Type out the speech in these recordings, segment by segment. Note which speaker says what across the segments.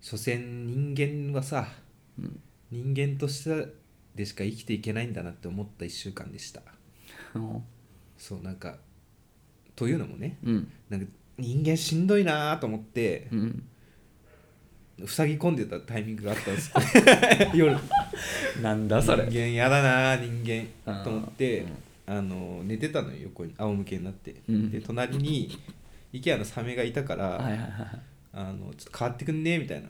Speaker 1: 所詮人間はさ、
Speaker 2: うん
Speaker 1: 人間としてでしか生きていけないんだなって思った1週間でした
Speaker 2: お
Speaker 1: そうなんかというのもね
Speaker 2: うん
Speaker 1: なんか人間しんどいなーと思って
Speaker 2: うん
Speaker 1: 塞ぎ込んでたタイミングがあったんです 夜
Speaker 2: なんだそれ
Speaker 1: 人間やだなー人間と思って
Speaker 2: うん
Speaker 1: あの寝てたのよ横に仰向けになって、
Speaker 2: うん
Speaker 1: で隣に IKEA のサメがいたから、
Speaker 2: はいはいはいはい
Speaker 1: あのちょっと変わってくんねみた いな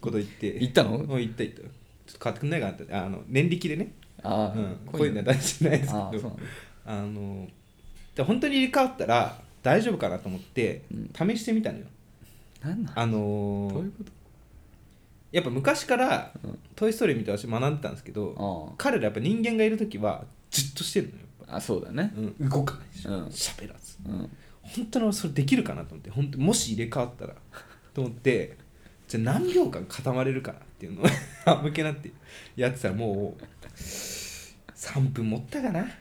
Speaker 1: こと言って
Speaker 2: 行ったの
Speaker 1: うん行った行ったちょっと変わってくんないかなってあの年力でね、う
Speaker 2: ああ、
Speaker 1: ん、こういうのは大事じゃないです
Speaker 2: あ
Speaker 1: け
Speaker 2: あそう
Speaker 1: ど
Speaker 2: なんだ
Speaker 1: あので本当に入れ替わったら大丈夫かなと思って
Speaker 2: うん
Speaker 1: 試してみたのよ、
Speaker 2: なんなん
Speaker 1: あのー
Speaker 2: どういうこと
Speaker 1: やっぱ昔から
Speaker 2: うん
Speaker 1: 「トイ・ストーリー」見て私学んでたんですけど、
Speaker 2: あ
Speaker 1: 彼らやっぱ人間がいる時はじっとしてるのよやっ
Speaker 2: ああそうだね
Speaker 1: ぱ、うん、動かないし
Speaker 2: うん
Speaker 1: 喋らず
Speaker 2: うん
Speaker 1: 本当に俺それできるかなと思って本当にもし入れ替わった らと思ってじゃあ何秒間固まれるかなっていうのを あ向けなってやってたらもう3分持ったかな持っ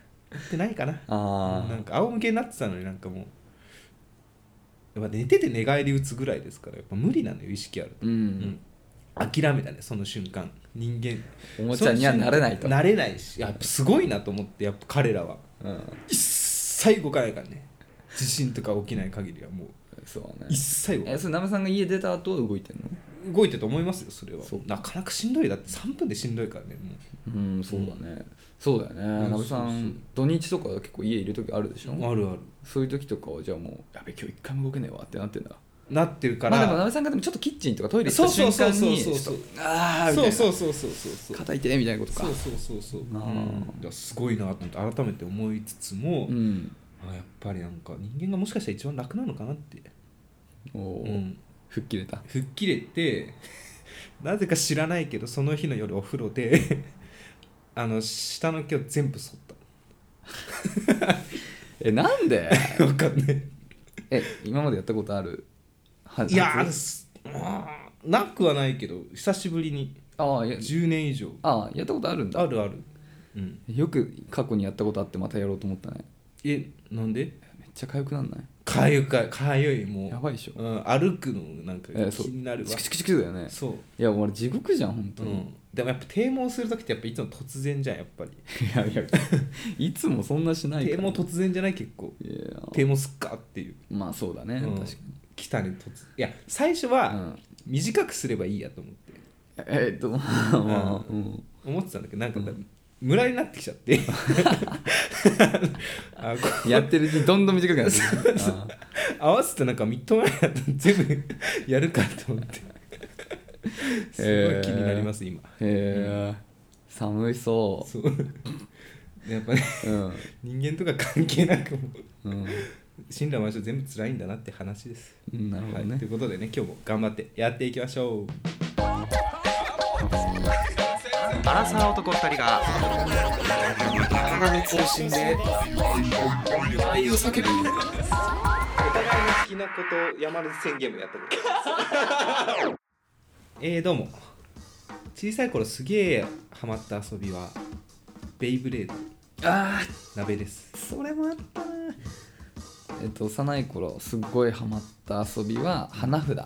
Speaker 1: てないかな
Speaker 2: あ
Speaker 1: なんか仰向けになってたのになんかもうやっぱ寝てて寝返り打つぐらいですからやっぱ無理なのよ意識あると、
Speaker 2: うん、
Speaker 1: うん、諦めたねその瞬間人間
Speaker 2: おもちゃにはなれないと
Speaker 1: なれないしやっぱすごいなと思ってやっぱ彼らは
Speaker 2: うん
Speaker 1: 一切動かないからね地震とか起きない限りはもう
Speaker 2: そうね
Speaker 1: 一切動かな
Speaker 2: え
Speaker 1: い
Speaker 2: それナムさんが家出た後動いてんの
Speaker 1: 動いてると思いますよそれは
Speaker 2: そう
Speaker 1: なかなかしんどいだって3分でしんどいからねも
Speaker 2: うんそうだね、そうだよね
Speaker 1: ん
Speaker 2: ナムさん、
Speaker 1: そうそう
Speaker 2: 土日とか結構家いる時あるでしょ、
Speaker 1: うあるある
Speaker 2: そういう時とかはじゃあもうやべ今日一回も動けねえわってなってんだ
Speaker 1: なってるか
Speaker 2: まあ
Speaker 1: ら、
Speaker 2: でもナムさんがでもちょっとキッチンとかトイレ行った瞬間に
Speaker 1: そうそう
Speaker 2: ち
Speaker 1: そうそうそ
Speaker 2: ょ
Speaker 1: う
Speaker 2: っとああみたい
Speaker 1: そう
Speaker 2: な
Speaker 1: そうそうそうそうそう
Speaker 2: 肩痛いみたいなことか
Speaker 1: そうそうそうそうう
Speaker 2: あー
Speaker 1: んだからすごいなと思って改めて思いつつも、
Speaker 2: うん
Speaker 1: あやっぱりなんか人間がもしかしたら一番楽なのかなって、
Speaker 2: おお、
Speaker 1: うん、
Speaker 2: 吹っ切れた
Speaker 1: 吹っ切れて なぜか知らないけどその日の夜お風呂で あの下の毛を全部剃っ
Speaker 2: えなんで
Speaker 1: た わかんない
Speaker 2: え今までやったことあるはい
Speaker 1: いやーすあーなくはないけど久しぶりに
Speaker 2: ああや
Speaker 1: 10年以上
Speaker 2: ああやったことあるんだ
Speaker 1: あるあるうん
Speaker 2: よく過去にやったことあってまたやろうと思ったね
Speaker 1: えなんで
Speaker 2: めっちゃ痒くなんない
Speaker 1: かゆかかゆいもう
Speaker 2: やばいでしょ
Speaker 1: うん、歩くのなんか
Speaker 2: えそう
Speaker 1: 気になるわ
Speaker 2: チ、クチクチクだよね
Speaker 1: そう、
Speaker 2: いや俺地獄じゃん本当
Speaker 1: う
Speaker 2: に、
Speaker 1: ん、でもやっぱ堤毛する時ってやっぱいつも突然じゃんやっぱり
Speaker 2: いやいやいつもそんなしない
Speaker 1: 堤
Speaker 2: から
Speaker 1: 毛突然じゃない結構
Speaker 2: いや
Speaker 1: 堤毛すっかっていう、
Speaker 2: まあそうだね、
Speaker 1: うん
Speaker 2: 確か
Speaker 1: 来たね突いや最初
Speaker 2: に、う
Speaker 1: は
Speaker 2: ん、
Speaker 1: 短くすればいいやと思って
Speaker 2: えっとまあまあ、うん、
Speaker 1: 思ってたんだけどなんかだ、ムラになってきちゃってあこ
Speaker 2: やってるうちにどんどん短くなってくるあ
Speaker 1: 合わせてなんかみっともないなと全部やるかと思って すごい気になります今
Speaker 2: ーへえ寒いそ
Speaker 1: そうやっぱね
Speaker 2: ううん、
Speaker 1: 人間とか関係なくもう
Speaker 2: うん
Speaker 1: 死んだ場所全部辛いんだなって話です
Speaker 2: うん、なるほど
Speaker 1: は
Speaker 2: ね
Speaker 1: い、ということでね今日も頑張ってやっていきましょう
Speaker 3: アラサー男二人が体に中心で愛を叫ぶ
Speaker 1: お互いの好きなことを山根宣言もやったことえー、どうも小さい頃すげえハマった遊びはベイブレード
Speaker 2: あ
Speaker 1: 鍋です
Speaker 2: あそれもあったなえっと幼い頃すっごいハマった遊びは花札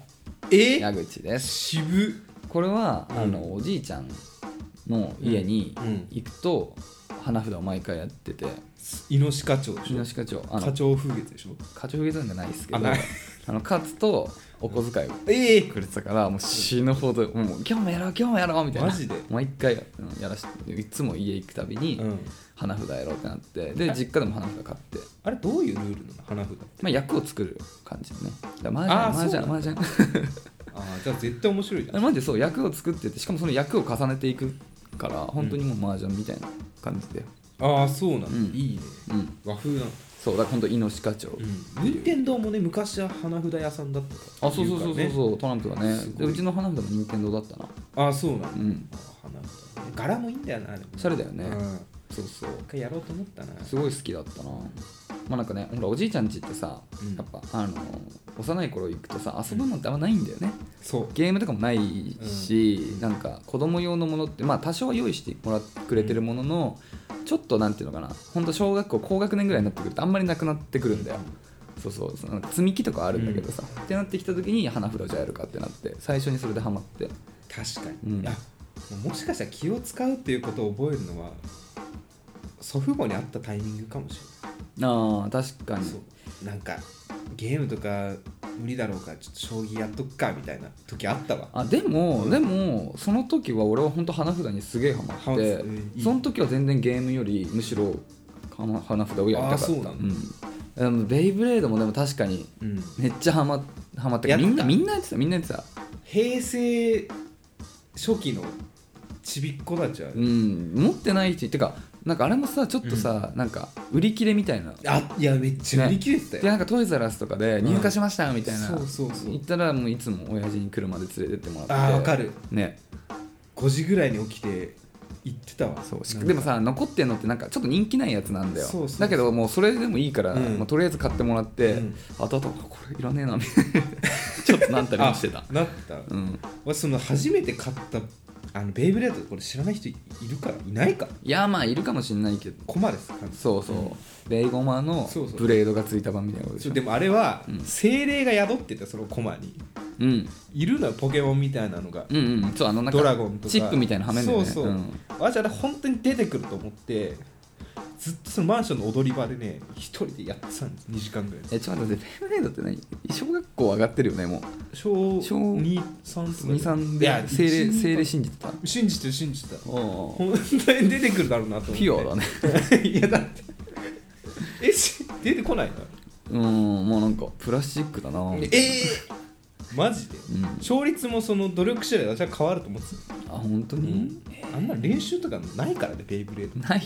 Speaker 1: え
Speaker 2: 矢口です
Speaker 1: 渋
Speaker 2: これは、
Speaker 1: うん
Speaker 2: あのおじいちゃんの家に
Speaker 1: うん
Speaker 2: 行くと、花札を毎回やってて
Speaker 1: イノシカチョウでしょ
Speaker 2: 東課長あの
Speaker 1: 課長風月でしょ
Speaker 2: 課長フィじゃないですけど
Speaker 1: あ
Speaker 2: あ
Speaker 1: ない
Speaker 2: の勝つとお小遣いを
Speaker 1: ええ
Speaker 2: くれてたからもう死ぬほどもう今日もやろう今日もやろうみたいな
Speaker 1: マジで
Speaker 2: 毎回うんやらしていつも家行くたびに
Speaker 1: うん、
Speaker 2: 花札やろうってなってで実家でも花札買って、
Speaker 1: あれどういうルールなの花札って
Speaker 2: まあ、役を作る感じのねだ
Speaker 1: あ
Speaker 2: マ
Speaker 1: ー
Speaker 2: ージャン
Speaker 1: そう
Speaker 2: マージャンマージ
Speaker 1: ああじゃあ絶対面白いじゃ
Speaker 2: ャン マジでそう役を作っててしかもその役を重ねていくから本当にもうマージャンみたいな感じで
Speaker 1: んああそうなの、
Speaker 2: うん
Speaker 1: いいね
Speaker 2: うん
Speaker 1: 和風なの
Speaker 2: そうだから本当イノシカチョウ、
Speaker 1: うん任天堂もね昔は花札屋さんだったから
Speaker 2: あそうそうそうそう
Speaker 1: う
Speaker 2: そう、トランプがね
Speaker 1: すご
Speaker 2: で
Speaker 1: いう
Speaker 2: ちの花札も任天堂だったな
Speaker 1: ああそうなの、
Speaker 2: うん
Speaker 1: あー花札ね柄もいいんだよなあれも
Speaker 2: おしゃれだよね
Speaker 1: うん
Speaker 2: そうそう
Speaker 1: 一回やろうと思ったな
Speaker 2: すごい好きだったなまあなんかねほらおじいちゃん家ってさ、
Speaker 1: うん
Speaker 2: やっぱあの幼い頃行くとさ遊ぶのってあんまないんだよね、
Speaker 1: そう
Speaker 2: ゲームとかもないし、なんか子供用のものってまあ多少は用意してもらってくれてるものの、ちょっとなんていうのかなほんと小学校高学年ぐらいになってくるとあんまりなくなってくるんだよ、そうそうその積み木とかあるんだけどさ、ってなってきた時に花風呂じゃやるかってなって最初にそれでハマって
Speaker 1: 確か
Speaker 2: う
Speaker 1: に、
Speaker 2: ん
Speaker 1: あもしかしたら気を使うっていうことを覚えるのは祖父母に会ったタイミングかもし
Speaker 2: ああ確
Speaker 1: れ
Speaker 2: か
Speaker 1: ない、
Speaker 2: に
Speaker 1: そうなんかゲームとか無理だろうからちょっと将棋やっとくかみたいな時あったわ
Speaker 2: あでも、
Speaker 1: うん
Speaker 2: でもその時は俺は本当花札にすげえハマ
Speaker 1: ハ
Speaker 2: っ
Speaker 1: マって
Speaker 2: て、
Speaker 1: たうんいい
Speaker 2: その時は全然ゲームよりむしろ花花札をやりたかった
Speaker 1: あーそうなん
Speaker 2: うんでもベイブレードもでも確かに
Speaker 1: うん
Speaker 2: めっちゃハマハマって
Speaker 1: やった
Speaker 2: みんなみんなやってたみんなやってた
Speaker 1: 平成初期のちびっ子たちは、
Speaker 2: うん持ってない人ってかなんかあれもさちょっとさ、なんか売り切れみたいな
Speaker 1: あいやめっちゃ売り切れてたよ、
Speaker 2: でなんかトイザらスとかで入荷しましたみたいな、
Speaker 1: そうそうそう
Speaker 2: 行ったらもういつも親父に車で連れてってもらって
Speaker 1: あーわかる
Speaker 2: ね
Speaker 1: 5時ぐらいに起きて行ってたわ
Speaker 2: そうし
Speaker 1: なんか
Speaker 2: でもさ残ってんのってなんかちょっと人気ないやつなんだよ
Speaker 1: そうそうそう
Speaker 2: だけどもうそれでもいいから、
Speaker 1: うん
Speaker 2: まあ、とりあえず買ってもらって、
Speaker 1: うん
Speaker 2: 後々これいらねえなみたい なちょっとなったりもしてた
Speaker 1: あなった
Speaker 2: うん
Speaker 1: 俺その初めて買ったあのベイブレードこれ知らない人いるかいないか
Speaker 2: いやまあいるかもしんないけど
Speaker 1: コマです感じ
Speaker 2: そうそう、ベイゴマの
Speaker 1: そうそう
Speaker 2: ブレードがついた版みたいなことでし
Speaker 1: そ
Speaker 2: ょ
Speaker 1: うでもあれは
Speaker 2: うん
Speaker 1: 精霊が宿ってたそのコマに
Speaker 2: うん、
Speaker 1: いるのよポケモンみたいなのが
Speaker 2: うんうんそうあのなんか
Speaker 1: ドラゴンとか
Speaker 2: チップみたいなのはめんだよね
Speaker 1: そうそう、
Speaker 2: ん
Speaker 1: 私あれ本当に出てくると思ってずっとそのマンションの踊り場でね一人でやってたんです2時間ぐらい
Speaker 2: えちょっと待ってベイブレードって何小学校上がってるよねもう
Speaker 1: 小
Speaker 2: 小
Speaker 1: 23
Speaker 2: 二三
Speaker 1: い
Speaker 2: で
Speaker 1: や
Speaker 2: 精霊
Speaker 1: 一
Speaker 2: 精霊信じてた
Speaker 1: 信じてる信じてた
Speaker 2: お
Speaker 1: 本当に出てくるだろうなと思って
Speaker 2: ピュアだ ね
Speaker 1: いやだってえし出てこないの
Speaker 2: うんもうなんかプラスチックだな
Speaker 1: えマジで
Speaker 2: うん、あ
Speaker 1: 勝率もその努力次第で私は変わると思って
Speaker 2: 本当
Speaker 1: た、
Speaker 2: に、
Speaker 1: あんな練習とかないからねベイブレード
Speaker 2: ない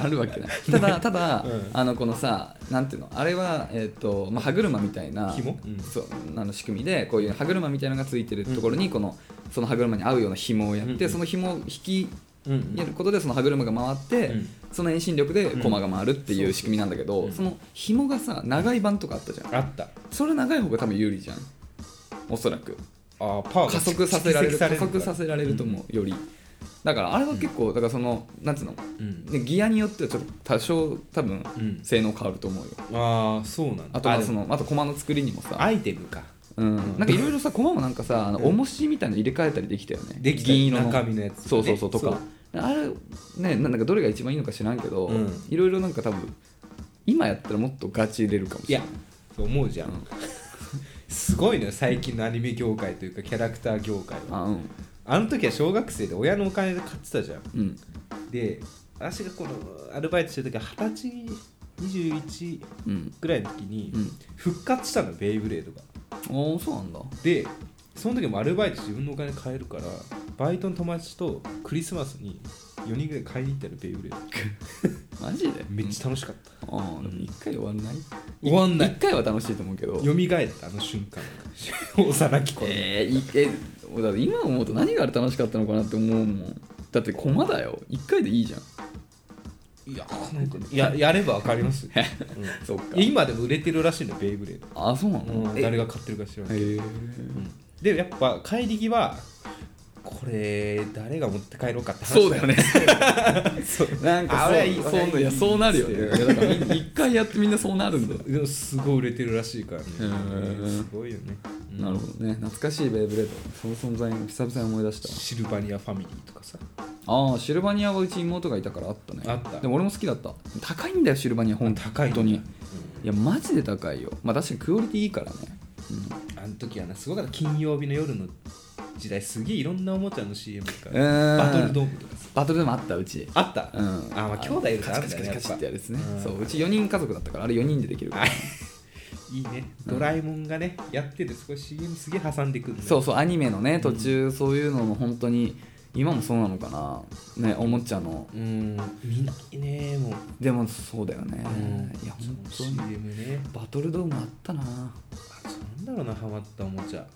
Speaker 2: あるわけないただただ、
Speaker 1: うん
Speaker 2: あのこのさなんていうのあれは、えっとまあ、歯車みたいな
Speaker 1: 紐うん
Speaker 2: そうあの仕組みでこういう歯車みたいなのがついてるところに、このその歯車に合うような紐をやって、
Speaker 1: うんうん
Speaker 2: その紐を引き
Speaker 1: うん
Speaker 2: やることでその歯車が回って、
Speaker 1: うん
Speaker 2: その遠心力で駒が回るっていううん仕組みなんだけ
Speaker 1: そ
Speaker 2: ど、
Speaker 1: うそう
Speaker 2: その紐がさ長い版とかあったじゃん
Speaker 1: あった
Speaker 2: それ長い方が多分有利じゃんおそらく
Speaker 1: あーパワーが
Speaker 2: 加速させられ
Speaker 1: 蓄
Speaker 2: る
Speaker 1: 積
Speaker 2: 加速させられると思うよりだからあれは結構だからそのなんつうの
Speaker 1: うん、
Speaker 2: ねギアによってはちょっと多少多分
Speaker 1: うん
Speaker 2: 性能変わると思うよ
Speaker 1: ああそうなんだ
Speaker 2: あとはそ
Speaker 1: でも
Speaker 2: のあと駒の作りにもさ
Speaker 1: アイテムか
Speaker 2: うんなんかいろいろさ駒もなんかさあの
Speaker 1: うん
Speaker 2: 重しみたいなの入れ替えたりできたよね
Speaker 1: できた
Speaker 2: 銀色の
Speaker 1: 中身のやつ、
Speaker 2: そうそうそうとか
Speaker 1: そ
Speaker 2: あれねなんかどれが一番いいのか知らんけど
Speaker 1: うん
Speaker 2: いろいろなんか多分今やったらもっとガチ入れるかもし
Speaker 1: い
Speaker 2: れ
Speaker 1: や
Speaker 2: ない
Speaker 1: そう思うじゃん、
Speaker 2: うん
Speaker 1: すごいのよ最近のアニメ業界というかキャラクター業界は
Speaker 2: あうん
Speaker 1: あの時は小学生で親のお金で買ってたじゃん
Speaker 2: うん
Speaker 1: で私がこのアルバイトしてる時は二十歳21
Speaker 2: うん
Speaker 1: ぐらいの時に
Speaker 2: うん
Speaker 1: 復活したのベイブレードが
Speaker 2: おおそうなんだ
Speaker 1: でその時もアルバイト自分のお金買えるからバイトの友達とクリスマスに4人ぐらい買いに行ったらベイブレード
Speaker 2: マジで
Speaker 1: めっちゃ楽しかった、
Speaker 2: あーでも一回終わんない
Speaker 1: 終わんない
Speaker 2: 一回は楽しいと思うけど
Speaker 1: よみ蘇ったあの瞬間幼き頃、
Speaker 2: えーいえだって今思うと何があれ楽しかったのかなって思うもんだって駒だよ1回でいいじゃん
Speaker 1: いやなんかねややれば分かり ますよ、うん
Speaker 2: そっか
Speaker 1: 今でも売れてるらしいのベイブレー
Speaker 2: あそうなの、
Speaker 1: ド、うん
Speaker 2: え
Speaker 1: 誰が買ってるか知らない
Speaker 2: へえ
Speaker 1: でやっぱ帰り際これ誰が持って帰ろうかって話
Speaker 2: そうだよね
Speaker 1: そう
Speaker 2: なんか
Speaker 1: あ
Speaker 2: そう
Speaker 1: 俺はいい
Speaker 2: そう
Speaker 1: 俺はいい
Speaker 2: いやそうなるよね
Speaker 1: っつって
Speaker 2: いやだからみん一回やってみんなそうなるんだよ
Speaker 1: でもすごい売れてるらしいからね
Speaker 2: へー
Speaker 1: すごいよね、うん
Speaker 2: なるほどね懐かしいベイブレードその存在を久々に思い出した
Speaker 1: シルバニアファミリーとかさ
Speaker 2: ああシルバニアはうち妹がいたからあったね
Speaker 1: あった
Speaker 2: でも俺も好きだった高いんだよシルバニア本
Speaker 1: 高いんだ
Speaker 2: 当にいやマジで高いよまあ確かにクオリティいいからね
Speaker 1: あの時はなすごかった金曜日の夜の時代すげえいろんなおもちゃの CM とか
Speaker 2: うーん
Speaker 1: バトルドームとかさ
Speaker 2: バトルでもあったうち
Speaker 1: あった、
Speaker 2: うん、
Speaker 1: あまあ兄弟いるから
Speaker 2: カ
Speaker 1: あ
Speaker 2: チ
Speaker 1: るん
Speaker 2: カ
Speaker 1: だよね
Speaker 2: チカチカチってやるですね
Speaker 1: やっぱ
Speaker 2: そううち4人家族だったからあれ4人でできるから
Speaker 1: あいいねドラえもんがね、やっててすごい CM すげえ挟んでくるんだよ
Speaker 2: そうそうアニメのね途中そういうのも本当に今もそうなのかなねおもちゃの
Speaker 1: うーん見ないねもう
Speaker 2: でもそうだよねいや本当
Speaker 1: そ
Speaker 2: に
Speaker 1: の CM ね
Speaker 2: バトルドームあったな
Speaker 1: あそうなんだろうなハマったおもちゃ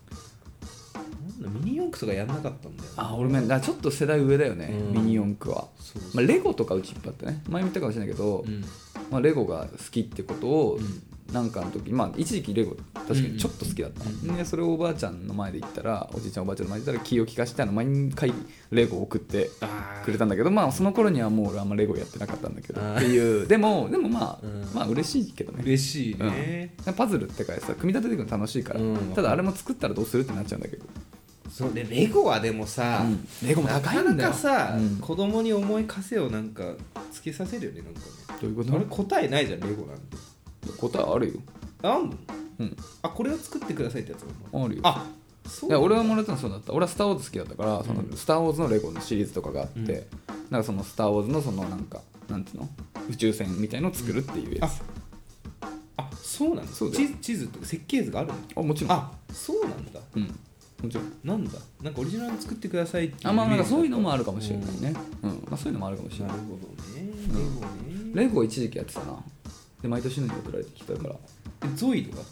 Speaker 1: なんだミニ四駆とかやんなかったんだよ
Speaker 2: あ俺もだからちょっと世代上だよね
Speaker 1: うん
Speaker 2: ミニ四駆は、
Speaker 1: そうそう
Speaker 2: まあ、レゴとかうちいっぱいあってね前も言ったかもしれないけど
Speaker 1: うん
Speaker 2: まあレゴが好きってことを
Speaker 1: うん
Speaker 2: なんかの時まあ一時期レゴ確かにちょっと好きだったの、
Speaker 1: うん
Speaker 2: でそれをおばあちゃんの前で言ったらおじいちゃんおばあちゃんの前で言ったら気を利かしてあの毎回レゴを送って
Speaker 1: あ
Speaker 2: くれたんだけどまあその頃にはもう俺あんまレゴやってなかったんだけど
Speaker 1: あー
Speaker 2: っていうでもでもまあ、
Speaker 1: うん
Speaker 2: まあ嬉しいけどね
Speaker 1: 嬉しいね、
Speaker 2: パズルってかさ組み立てていくの楽しいから、
Speaker 1: うん
Speaker 2: ただあれも作ったらどうするってなっちゃうんだけど
Speaker 1: そうでレゴはでもさ、
Speaker 2: うんレゴも高いんだよ
Speaker 1: なかなかさ、
Speaker 2: うん
Speaker 1: 子供に思い稼をなんかつけさせるよねなんかね
Speaker 2: どういうこ
Speaker 1: あれ答えないじゃんレゴなんて
Speaker 2: 答えあるよ
Speaker 1: あんの
Speaker 2: うん
Speaker 1: あこれを作ってくださいってやつあ
Speaker 2: あるよ
Speaker 1: あそう
Speaker 2: いや俺はもらったのそうだった俺は「スター・ウォーズ」好きだったから「その
Speaker 1: うん
Speaker 2: スター・ウォーズ」のレゴのシリーズとかがあって、
Speaker 1: うん
Speaker 2: なんかその「スター・ウォーズ」のそのなんかなんていうの宇宙船みたいのを作るっていうや
Speaker 1: あ
Speaker 2: つ、
Speaker 1: あそうなんだ
Speaker 2: そうだよ
Speaker 1: 地地図とか設計図があるの
Speaker 2: あもちろん
Speaker 1: あそうなんだ
Speaker 2: うんもちろん
Speaker 1: なんだなんかオリジナル作ってくださいっていう
Speaker 2: あまあなんか
Speaker 1: イメージだった
Speaker 2: そういうのもあるかもしれないね、うんまあ、そういうのもあるかもし
Speaker 1: うん
Speaker 2: れ
Speaker 1: な
Speaker 2: な
Speaker 1: る
Speaker 2: い
Speaker 1: ほどねレゴね
Speaker 2: レゴ一時期やってたなで毎年のように送られてきたから
Speaker 1: えゾイドは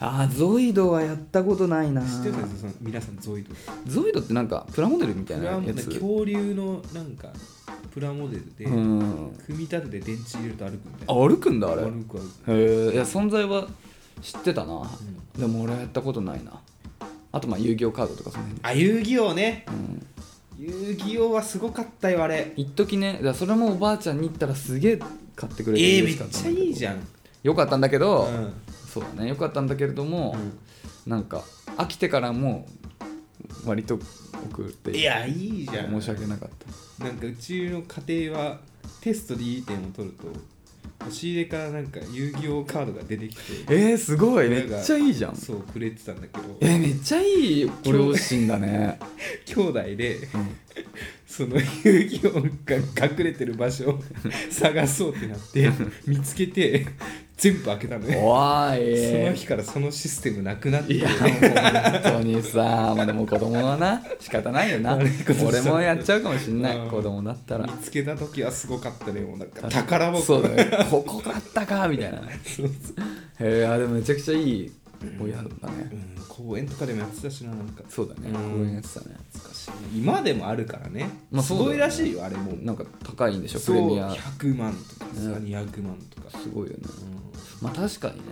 Speaker 2: あーゾイドはやったことないな
Speaker 1: 知ってたんですよ皆さんゾイド
Speaker 2: ゾイドってなんかプラモデルみたい
Speaker 1: プ
Speaker 2: な
Speaker 1: ラモ
Speaker 2: や
Speaker 1: デル
Speaker 2: つ
Speaker 1: 恐竜のなんかプラモデルで
Speaker 2: うん
Speaker 1: 組み立てて電池入れると歩くみたい
Speaker 2: あ
Speaker 1: な
Speaker 2: 歩くんだあれ
Speaker 1: 歩く歩く
Speaker 2: へえいや存在は知ってたな、でも俺はやったことないなあとまあ遊戯王カードとかその辺
Speaker 1: あ遊戯王ね
Speaker 2: うん
Speaker 1: 遊戯王はすごかったよあれ
Speaker 2: 一時ねだからそれもおばあちゃんに行ったらすげえ買ってくれて
Speaker 1: えー、めっ
Speaker 2: 嬉しかたん
Speaker 1: ちゃ
Speaker 2: だけど
Speaker 1: いいじゃん
Speaker 2: よかったんだけど、
Speaker 1: うん
Speaker 2: そうだねよかったんだけれども、なんか飽きてからも割と送って
Speaker 1: いやいいじゃん
Speaker 2: 申し訳なかった
Speaker 1: なんかうちの家庭はテストでいい点を取ると押し入れからなんか遊戯王カードが出てきて
Speaker 2: えー、すごい
Speaker 1: な
Speaker 2: め
Speaker 1: んか
Speaker 2: っちゃいいじゃん
Speaker 1: そうくれてたんだけど
Speaker 2: えー、めっちゃいいご両親 だね、
Speaker 1: 兄弟で
Speaker 2: うん
Speaker 1: その遊戯王が隠れてる場所を 探そうってなって見つけて全部開けたのね
Speaker 2: 怖い
Speaker 1: その日からそのシステムなくなって
Speaker 2: いやもう本当にさまあでも子供はな仕方ないよな
Speaker 1: 悪いことした
Speaker 2: 俺もやっちゃうかもしんな
Speaker 1: う
Speaker 2: い
Speaker 1: ん
Speaker 2: 子供だったら
Speaker 1: 見つけた時はすごかったねもうなんか宝箱
Speaker 2: そうだねここだった かみたいなへ
Speaker 1: そうそう
Speaker 2: えあでもめちゃくちゃいい親だったね
Speaker 1: うん公園とかでもやってたしななんか
Speaker 2: そうだ
Speaker 1: う
Speaker 2: ね
Speaker 1: ん
Speaker 2: 公園やってたね
Speaker 1: 懐かしい今でもあるからね、
Speaker 2: まあ
Speaker 1: す
Speaker 2: そうだよ
Speaker 1: ご
Speaker 2: ね
Speaker 1: いらしいよあれも
Speaker 2: なんか高いんでしょ
Speaker 1: そ
Speaker 2: プ
Speaker 1: う
Speaker 2: レミア
Speaker 1: 100万とかさ、
Speaker 2: うん
Speaker 1: 200万とか、
Speaker 2: すごいよね
Speaker 1: うん、
Speaker 2: まあ確かにね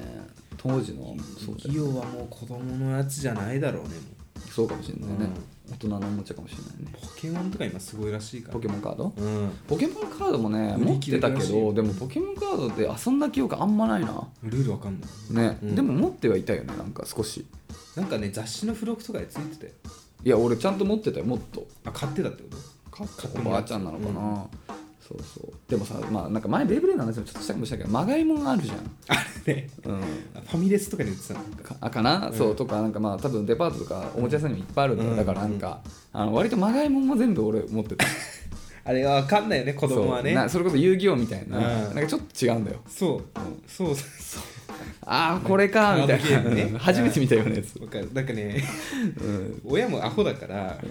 Speaker 2: 当時のそうだ
Speaker 1: 企
Speaker 2: よ
Speaker 1: 業はもう子供のやつじゃないだろうねもう
Speaker 2: そうかもしんないね大人のおもちゃかもしんないね
Speaker 1: ポケモンとか今すごいらしいから
Speaker 2: ポケモンカード
Speaker 1: モンうん
Speaker 2: ポケモンカードもね
Speaker 1: 売
Speaker 2: 持
Speaker 1: り
Speaker 2: っ
Speaker 1: 切
Speaker 2: て
Speaker 1: れ
Speaker 2: た
Speaker 1: た
Speaker 2: け
Speaker 1: らしい
Speaker 2: どでもポケモンカードって遊んだ記憶あんまないな
Speaker 1: ルールわかんない
Speaker 2: ね、
Speaker 1: うん
Speaker 2: でも持ってはいたよねなんか少し
Speaker 1: なんかね雑誌の付録とかでついてたよ
Speaker 2: いや俺ちゃんと持ってたよもっと
Speaker 1: あ買ってたってこと
Speaker 2: 買
Speaker 1: って
Speaker 2: お
Speaker 1: も
Speaker 2: ば
Speaker 1: ら
Speaker 2: あ
Speaker 1: っ
Speaker 2: ち
Speaker 1: て
Speaker 2: ゃんなのかな、そうそうでもさまあなんか前ベイブレードの話もちょっとしたかもしれないけどまがいもんあるじゃ
Speaker 1: あれね
Speaker 2: ん、うん、
Speaker 1: あファミレスとかで売ってたの
Speaker 2: かあかな、
Speaker 1: うん
Speaker 2: そうとかなんかまあ多分デパートとかおもちゃ屋さんにもいっぱいあるんだよ、
Speaker 1: うん
Speaker 2: だからなんか、あの割とまがいもんも全部俺持ってた
Speaker 1: あれはわかんないよね子供はね
Speaker 2: そうなそれこそ遊戯王みたいな、
Speaker 1: うん
Speaker 2: なんかちょっと違うんだよ
Speaker 1: そう
Speaker 2: うん
Speaker 1: そうそうそ
Speaker 2: ああこれかみた
Speaker 1: カー
Speaker 2: い
Speaker 1: ド
Speaker 2: な、
Speaker 1: ゲームね
Speaker 2: 初めて見たようなやつ
Speaker 1: う、わかるなんかね
Speaker 2: うん、
Speaker 1: 親もアホだから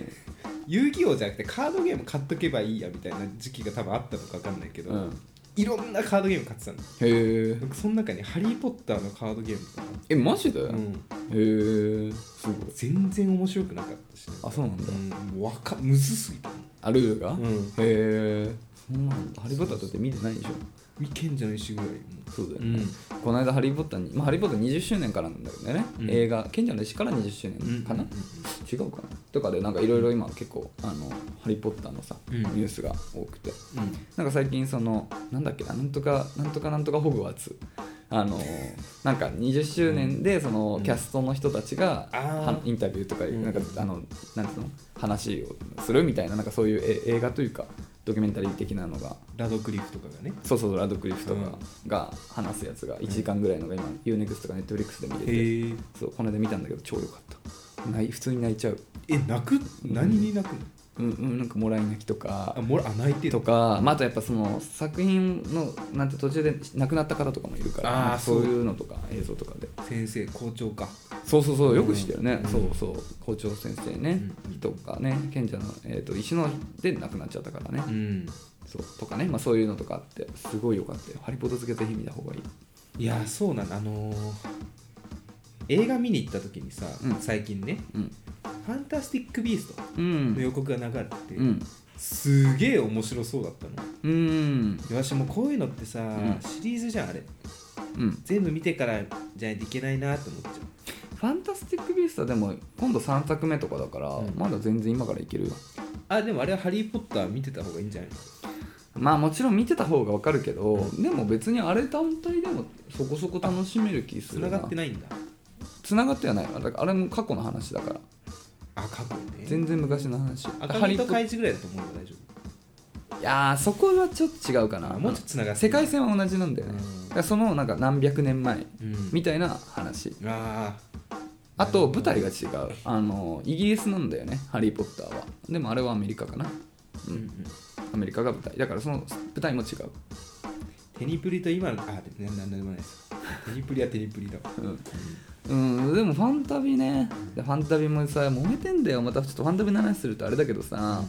Speaker 1: 遊戯王じゃなくてカードゲーム買っとけばいいやみたいな時期が多分あったのか分かんないけど、
Speaker 2: うん
Speaker 1: いろんなカードゲーム買ってたの
Speaker 2: へえ
Speaker 1: 僕その中に「ハリー・ポッター」のカードゲームとか、
Speaker 2: えマジで、
Speaker 1: うん、
Speaker 2: へえすごい
Speaker 1: 全然面白くなかったし、
Speaker 2: あそうなんだ
Speaker 1: うん、もうわかむずすぎた
Speaker 2: あルールが、
Speaker 1: う
Speaker 2: へ
Speaker 1: ん
Speaker 2: えそんなんだハリー・ポッターだって見てないでしょ
Speaker 1: 未賢者の石ぐらいも
Speaker 2: そうだよ
Speaker 1: う、う
Speaker 2: ね、
Speaker 1: ん、
Speaker 2: この間ハリー・ポッターに、まあ、ハリー・ポッター20周年からなんだけどね、
Speaker 1: うん
Speaker 2: 映画「賢者の石」から20周年かな、
Speaker 1: うんうん
Speaker 2: 違うかなとかでなんかいろいろ今結構あのハリー・ポッターのさ、
Speaker 1: うん
Speaker 2: ニュースが多くて
Speaker 1: うんうん
Speaker 2: なんか最近そのなんだっけななんとかなんとかなんとかホグワーツあのなんか20周年でその
Speaker 1: うん
Speaker 2: キャストの人たちが
Speaker 1: あー
Speaker 2: はインタビューとか
Speaker 1: うん
Speaker 2: なんかあのなんていうの話をするみたいななんかそういうえ映画というかドキュメンタリー的なのが
Speaker 1: ラドクリフとかがね
Speaker 2: そうそうラドクリフと
Speaker 1: う
Speaker 2: か
Speaker 1: ん
Speaker 2: が話すやつが1時間ぐらいのが今 UNEXT とか Netflix で見れて
Speaker 1: へえ
Speaker 2: そうこの間見たんだけど超良かったない普通に泣いちゃう
Speaker 1: え泣く何に泣くの、
Speaker 2: うんうんなんかもらい泣きとか
Speaker 1: あもらあ泣いてる
Speaker 2: とか、まあ、あとやっぱその作品のなんて途中で亡くなった方とかもいるか
Speaker 1: あー
Speaker 2: らなんかそう
Speaker 1: そう
Speaker 2: いうのとか映像とかで
Speaker 1: 先生校長か
Speaker 2: そうそうそうよく知ってるね、
Speaker 1: うん
Speaker 2: そうそう校長先生ね、
Speaker 1: うん
Speaker 2: とかね賢者の、えー、と石ので亡くなっちゃったからね、
Speaker 1: うん
Speaker 2: そうとかね、まあ、そういうのとかあってすごい良かったよハリポタ漬けぜひ見た方がいい
Speaker 1: いやそうなのあのー映画見に行った時にさ、
Speaker 2: うん
Speaker 1: 最近ね
Speaker 2: うん
Speaker 1: 「ファンタスティック・ビースト
Speaker 2: う」
Speaker 1: の
Speaker 2: ん
Speaker 1: 予告が流れてて、
Speaker 2: うん
Speaker 1: すげえ面白そうだったの
Speaker 2: うん
Speaker 1: で私もうこういうのってさ、
Speaker 2: ん
Speaker 1: シリーズじゃんあれ
Speaker 2: うん
Speaker 1: 全部見てからじゃないといけないなと思っちゃう
Speaker 2: ファンタスティック・ビーストはでも今度3作目とかだから、
Speaker 1: うん
Speaker 2: まだ全然今からいけるよ
Speaker 1: あでもあれは「ハリー・ポッター」見てた方がいいんじゃないの
Speaker 2: まあもちろん見てた方がわかるけど、でも別にあれ単体でもそこそこ楽しめる気する
Speaker 1: 繋
Speaker 2: な
Speaker 1: がって
Speaker 2: ない
Speaker 1: ないんだ
Speaker 2: 繋がってはないあだからあれも過去の話だから
Speaker 1: あ過去ね
Speaker 2: 全然昔の話
Speaker 1: 赤身と
Speaker 2: ポ
Speaker 1: 開示ぐらいだと思うから大丈
Speaker 2: いやーそこはちょっと違うかな
Speaker 1: 夫あもうちょっとつながって
Speaker 2: 世界線は同じなんだよね、
Speaker 1: うん
Speaker 2: だからそのなんか何百年
Speaker 1: う
Speaker 2: 前
Speaker 1: ん
Speaker 2: みたいな話
Speaker 1: あ
Speaker 2: あと舞台が違うあのイギリスなんだよね「ハリー・ポッターは」でもあれはアメリカかな
Speaker 1: ーうんうん
Speaker 2: アメリカが舞台だからその舞台も違う、
Speaker 1: テニプリと今のあでななんでもないですテニプリはテニプリだわ
Speaker 2: うん、うん、でもファンタビねでファンタビもさ揉めてんだよまたちょっとファンタビの話するとあれだけどさ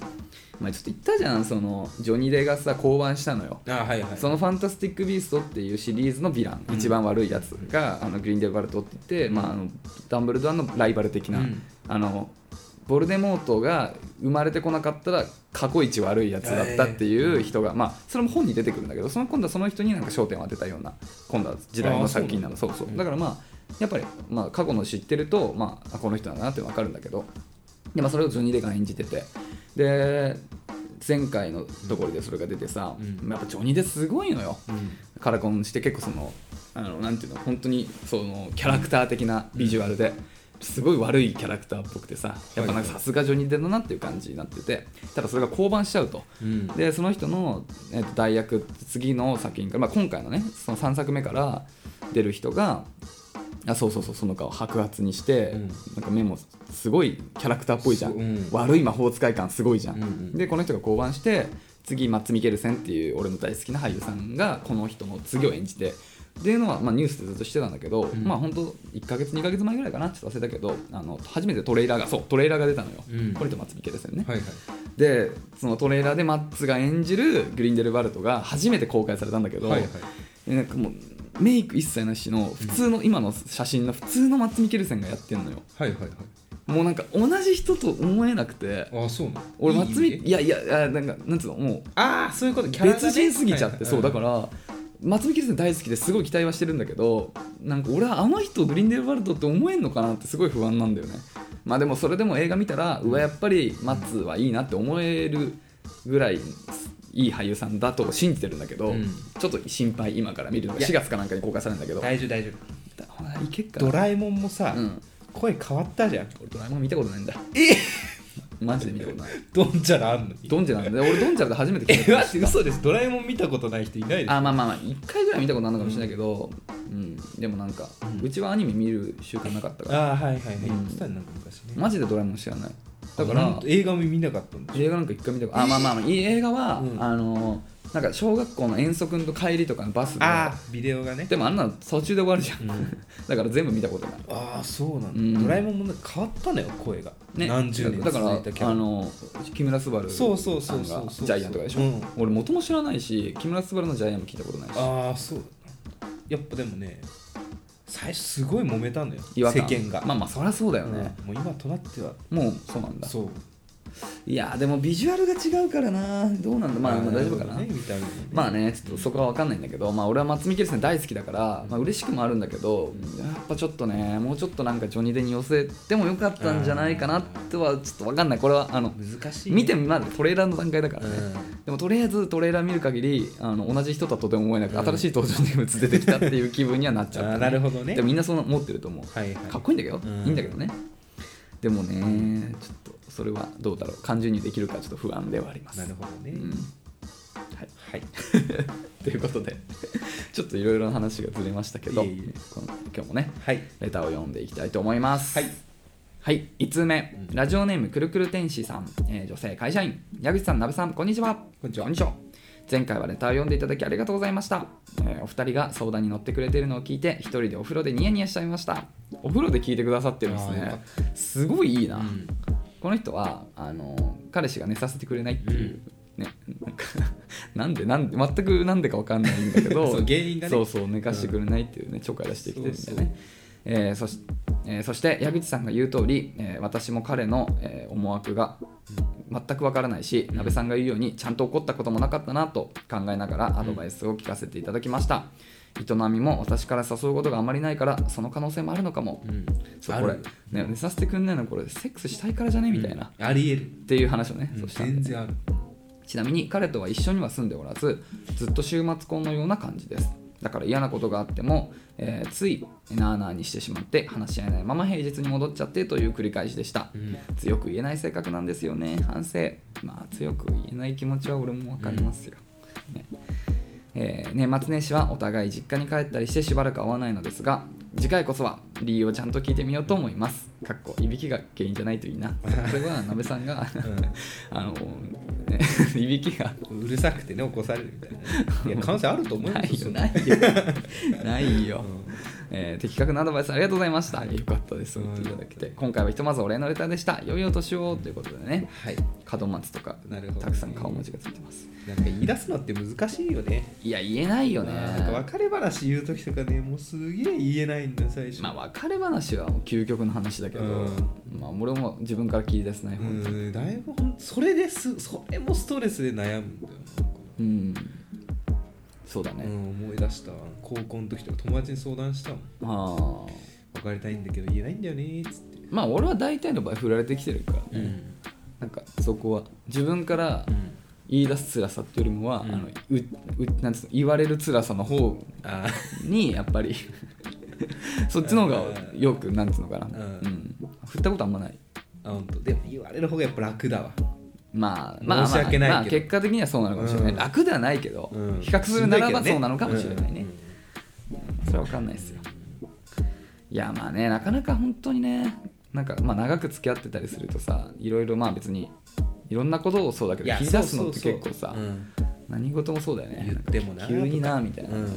Speaker 2: 前ちょっと言ったじゃんそのジョニー・デがさ降板したのよ
Speaker 1: あはいはい
Speaker 2: その「ファンタスティック・ビースト」っていうシリーズのヴィラン、
Speaker 1: うん
Speaker 2: 一番悪いやつがあのグリーンデルバルトって言って、まあ、あのダンブルドアのライバル的な、
Speaker 1: うん
Speaker 2: あのボルデモートが生まれてこなかったら過去一悪いやつだったっていう人が、まあ、それも本に出てくるんだけどその今度はその人になんか焦点を当てたような今度は時代の作品なの
Speaker 1: あー
Speaker 2: そ
Speaker 1: そうう
Speaker 2: そ
Speaker 1: な
Speaker 2: うん
Speaker 1: だ
Speaker 2: だからまあやっぱり、まあ、過去の知ってると、まああ、この人だなって分かるんだけどで、まあ、それをジョニー・デが演じててで前回のところでそれが出てさ、
Speaker 1: うん
Speaker 2: やっぱジョニー・デすごいのよ
Speaker 1: うん
Speaker 2: カラコンして結構そのあのなんていうの本当にそのキャラクター的なビジュアルで、すごい悪いキャラクターっぽくてさやっぱなんかさすがジョニー・デだなっていう感じになっててただそれが降板しちゃうと
Speaker 1: うん
Speaker 2: でその人の、えっと代役次の作品から、まあ、今回のねその3作目から出る人があそうそうそうその顔白髪にして、
Speaker 1: うん
Speaker 2: なんか目もすごいキャラクターっぽいじゃん、
Speaker 1: そううん
Speaker 2: 悪い魔法使い感すごいじゃん、
Speaker 1: うんうん
Speaker 2: でこの人が降板して次マッツ・ミケルセンっていう俺の大好きな俳優さんがこの人の次を演じてっていうのは、まあ、ニュースでずっとしてたんだけど、
Speaker 1: ん
Speaker 2: まあ本当1か月2か月前ぐらいかなちょっと忘れたけどあの初めてトレーラーがそうトレーラーが出たのよ、
Speaker 1: うん
Speaker 2: これとマッツ・ミケルセンね、
Speaker 1: はいはい
Speaker 2: でそのトレーラーでマッツが演じるグリンデルバルトが初めて公開されたんだけど、
Speaker 1: はいはい
Speaker 2: なんかもうメイク一切なしの普通の、今の写真の普通のマッツ・ミケルセンがやってんのよ
Speaker 1: はいはい
Speaker 2: もうなんか同じ人と思えなくて
Speaker 1: はいあそうなの
Speaker 2: 俺マッツミ
Speaker 1: いい意味
Speaker 2: いやいやいやなんかなんつうのも
Speaker 1: ああそういうことキ
Speaker 2: う
Speaker 1: ャラがね
Speaker 2: 別人すぎちゃっ
Speaker 1: はい
Speaker 2: て、
Speaker 1: はい
Speaker 2: そうだからマッツ・ミケルセン大好きですごい期待はしてるんだけどなんか俺はあの人グリンデルバルトって思えんのかなってすごい不安なんだよねまあでもそれでも映画見たらうわやっぱりマッツはいいなって思えるぐらいいい俳優さんだと信じてるんだけど、
Speaker 1: うん
Speaker 2: ちょっと心配今から見るのが
Speaker 1: いや
Speaker 2: 4月かなんかに公開されるんだけど
Speaker 1: 大丈夫大丈
Speaker 2: ほらいけっか
Speaker 1: 夫ドラえもんもさ、
Speaker 2: うん
Speaker 1: 声変わったじゃん
Speaker 2: 俺ドラえもん見たことないんだマジで見たことない
Speaker 1: ドンジャラあんのに
Speaker 2: ドンジャラなんで俺ドンジャラで初めて聞い
Speaker 1: え待って嘘ですドラえもん見たことない人いないでしょ
Speaker 2: あまあまあまあ1回ぐらい見たことあるのかもしれないけど、うんでもなんか、う
Speaker 1: うん
Speaker 2: ちはアニメ見る習慣なかったから
Speaker 1: ああはいはいはい
Speaker 2: うん
Speaker 1: 言ってたねなんか昔ね
Speaker 2: マジでドラえもん知らないだか
Speaker 1: なん
Speaker 2: ら
Speaker 1: と映画も見なかったんだ
Speaker 2: 映画なんか1回見たことあまあまあまあいい映画は、
Speaker 1: うん
Speaker 2: あのなんか小学校の遠足の帰りとかのバスで
Speaker 1: ああビデオがね
Speaker 2: でもあんなの途中で終わるじゃん、
Speaker 1: ん
Speaker 2: だから全部見たことない
Speaker 1: ああそうな
Speaker 2: うん
Speaker 1: んだドラえもんもなんか変わったのよ声が
Speaker 2: ね、
Speaker 1: 何十年
Speaker 2: だから
Speaker 1: 続いたキャラ
Speaker 2: あの木村
Speaker 1: そ
Speaker 2: 昴さんが
Speaker 1: う
Speaker 2: ジ
Speaker 1: そうそうそうそう
Speaker 2: ャイアンとかでしょ、
Speaker 1: うん
Speaker 2: 俺元も知らないし木村昴のジャイアンも聞いたことないし
Speaker 1: ああそうだなやっぱでもね最初すごい揉めたのよ
Speaker 2: 違
Speaker 1: 世
Speaker 2: 和感
Speaker 1: 間が
Speaker 2: まあまあそりゃそうだよね、
Speaker 1: うんもう今となっては
Speaker 2: もうそうなんだ
Speaker 1: そう
Speaker 2: いやーでもビジュアルが違うからなどうなんだまあまあ大丈夫かな
Speaker 1: ね見た目もね
Speaker 2: まあねちょっとそこは分かんないんだけど、まあ、俺は松見ケルセン大好きだから、まあ嬉しくもあるんだけどやっぱちょっとねもうちょっとなんかジョニー・デに寄せてもよかったんじゃないかなとはちょっと分かんないこれはあの
Speaker 1: 難しいね
Speaker 2: 見てまだトレーラーの段階だからね、
Speaker 1: うん
Speaker 2: でもとりあえずトレーラー見る限りあの同じ人とはとても思えなくて、新しい登場人物出てきたっていう気分にはなっちゃった、
Speaker 1: あーなるほどね
Speaker 2: でもみんなそう思ってると思う
Speaker 1: はいはい
Speaker 2: かっこいいんだけど、
Speaker 1: うん
Speaker 2: いいんだけどねでもねちょっとそれはどうだろう感情にできるかちょっと不安ではあります
Speaker 1: なるほどね、
Speaker 2: うん
Speaker 1: はい
Speaker 2: ということでちょっといろいろな話がずれましたけど
Speaker 1: いえいえ
Speaker 2: この今日もね
Speaker 1: はい
Speaker 2: レターを読んでいきたいと思います
Speaker 1: はい
Speaker 2: はい5つ目、ラジオネームくるくる天使さん、えー女性会社員矢口さんなべさんこんにちは
Speaker 1: こんにちは
Speaker 2: 前回はレターを読んでいただきありがとうございました、えーお二人が相談に乗ってくれているのを聞いて一人でお風呂でニヤニヤしちゃいましたお風呂で聞いてくださってるんです
Speaker 1: あーよか
Speaker 2: ね
Speaker 1: っ
Speaker 2: すごいいいな、
Speaker 1: うん
Speaker 2: この人はあの彼氏が寝させてくれないっていう、ね、なんか なんでなんで全くなんでかわかんないんだけど
Speaker 1: そう原因がね
Speaker 2: そうそう寝かしてくれないっていうね、ちょっかい出してきてるんだよねえーそしえーそして矢口さんが言う通り、えー私も彼の、えー思惑が全くわからないし、
Speaker 1: ん
Speaker 2: 鍋さんが言うようにちゃんと怒ったこともなかったなと考えながらアドバイスを聞かせていただきました、営みも私から誘うことがあまりないからその可能性もあるのかも、
Speaker 1: うん
Speaker 2: そう
Speaker 1: あ
Speaker 2: こ
Speaker 1: る
Speaker 2: れ、ね、寝させてくんないのこれセックスしたいからじゃねみたいな、
Speaker 1: うんありえる
Speaker 2: っていう話をね、
Speaker 1: うん
Speaker 2: そうしたん
Speaker 1: 全
Speaker 2: で
Speaker 1: 然ある
Speaker 2: ちなみに彼とは一緒には住んでおらずずっと週末婚のような感じですだから嫌なことがあっても、えーついなあなあにしてしまって話し合えないまま平日に戻っちゃってという繰り返しでした、
Speaker 1: うん
Speaker 2: 強く言えない性格なんですよね反省まあ強く言えない気持ちは俺も分かりますよ、ねえー年末年始はお互い実家に帰ったりしてしばらく会わないのですが次回こそは理由をちゃんと聞いてみようと思いますかっこいびきが原因じゃないといいなそれはなべさんが あの、ね、いびきが
Speaker 1: うるさくてね起こされるみたいないや 可能性あると思う
Speaker 2: ないよ
Speaker 1: そん
Speaker 2: ないよないよ、
Speaker 1: うん
Speaker 2: えー的確なアドバイスありがとうございました、よかったです
Speaker 1: うん
Speaker 2: 本当にいただけて今回はひとまずお礼のレターでした良いお年をということでね
Speaker 1: はい
Speaker 2: 門松とか
Speaker 1: なるほど
Speaker 2: たくさん顔文字がついてます
Speaker 1: なんか言い出すのって難しいよね
Speaker 2: いや言えないよね
Speaker 1: なんか別れ話言う時とかねもうすげえ言えないんだ最初
Speaker 2: まあ別れ話はもう究極の話だけど、
Speaker 1: うん
Speaker 2: まあ俺も自分から切り出せない方
Speaker 1: う
Speaker 2: に
Speaker 1: んだいぶほんそれですそれもストレスで悩むんだよ
Speaker 2: うんそうだ
Speaker 1: な、
Speaker 2: ね、
Speaker 1: うん、思い出したわ高校の時とか友達に相談したもん
Speaker 2: まあ
Speaker 1: 別れたいんだけど言えないんだよねーっつって
Speaker 2: まあ俺は大体の場合振られてきてるから、ねなんかそこは自分から
Speaker 1: うん
Speaker 2: 言い出す辛さっていうよりもは、
Speaker 1: うん
Speaker 2: あのううなんつうの言われる辛さの方
Speaker 1: あ
Speaker 2: にやっぱり そっちの方がよくなんつうのかな、
Speaker 1: うん
Speaker 2: うん振ったことあんまない
Speaker 1: あ本当でも言われる方がやっぱ楽だわ
Speaker 2: まあ、まあまあ、
Speaker 1: 申し訳ないけど
Speaker 2: まあ結果的にはそうなのかもしれない、
Speaker 1: うん
Speaker 2: 楽ではないけど、
Speaker 1: うん
Speaker 2: 比較するならば
Speaker 1: しんどいけどね
Speaker 2: そうなのかもしれないね、
Speaker 1: うん
Speaker 2: それは分かんないですよいやまあねなかなか本当にねなんかまあ長く付き合ってたりするとさいろいろまあ別にいろんなことをそうだけ
Speaker 1: い
Speaker 2: ど
Speaker 1: や
Speaker 2: 切り出すのって
Speaker 1: そうそ
Speaker 2: 結
Speaker 1: うそう
Speaker 2: 構さ
Speaker 1: うん
Speaker 2: 何事もそうだよね
Speaker 1: 言ってもな
Speaker 2: 急になみたいな、
Speaker 1: うん
Speaker 2: わ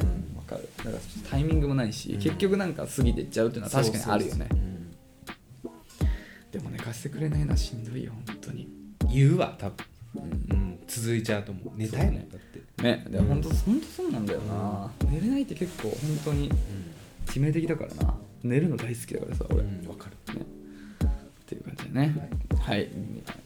Speaker 2: かるだからタイミングもないし、
Speaker 1: うん
Speaker 2: 結局なんか過ぎてっちゃうっていうのは確かにある
Speaker 1: そ
Speaker 2: よね
Speaker 1: うそうそううん
Speaker 2: でもね貸してくれないのはしんどいよ本当に
Speaker 1: 言うわ多分、
Speaker 2: うん
Speaker 1: うん、続いちゃうと思う寝たいもん
Speaker 2: そうね
Speaker 1: だって、
Speaker 2: ねでも本当本当そうなんだよな、寝れないって結構本当に致命的だからな寝るの大好きだからさ
Speaker 1: う
Speaker 2: 俺、
Speaker 1: ん、
Speaker 2: ね
Speaker 1: 分かる
Speaker 2: っていう感じでねはい、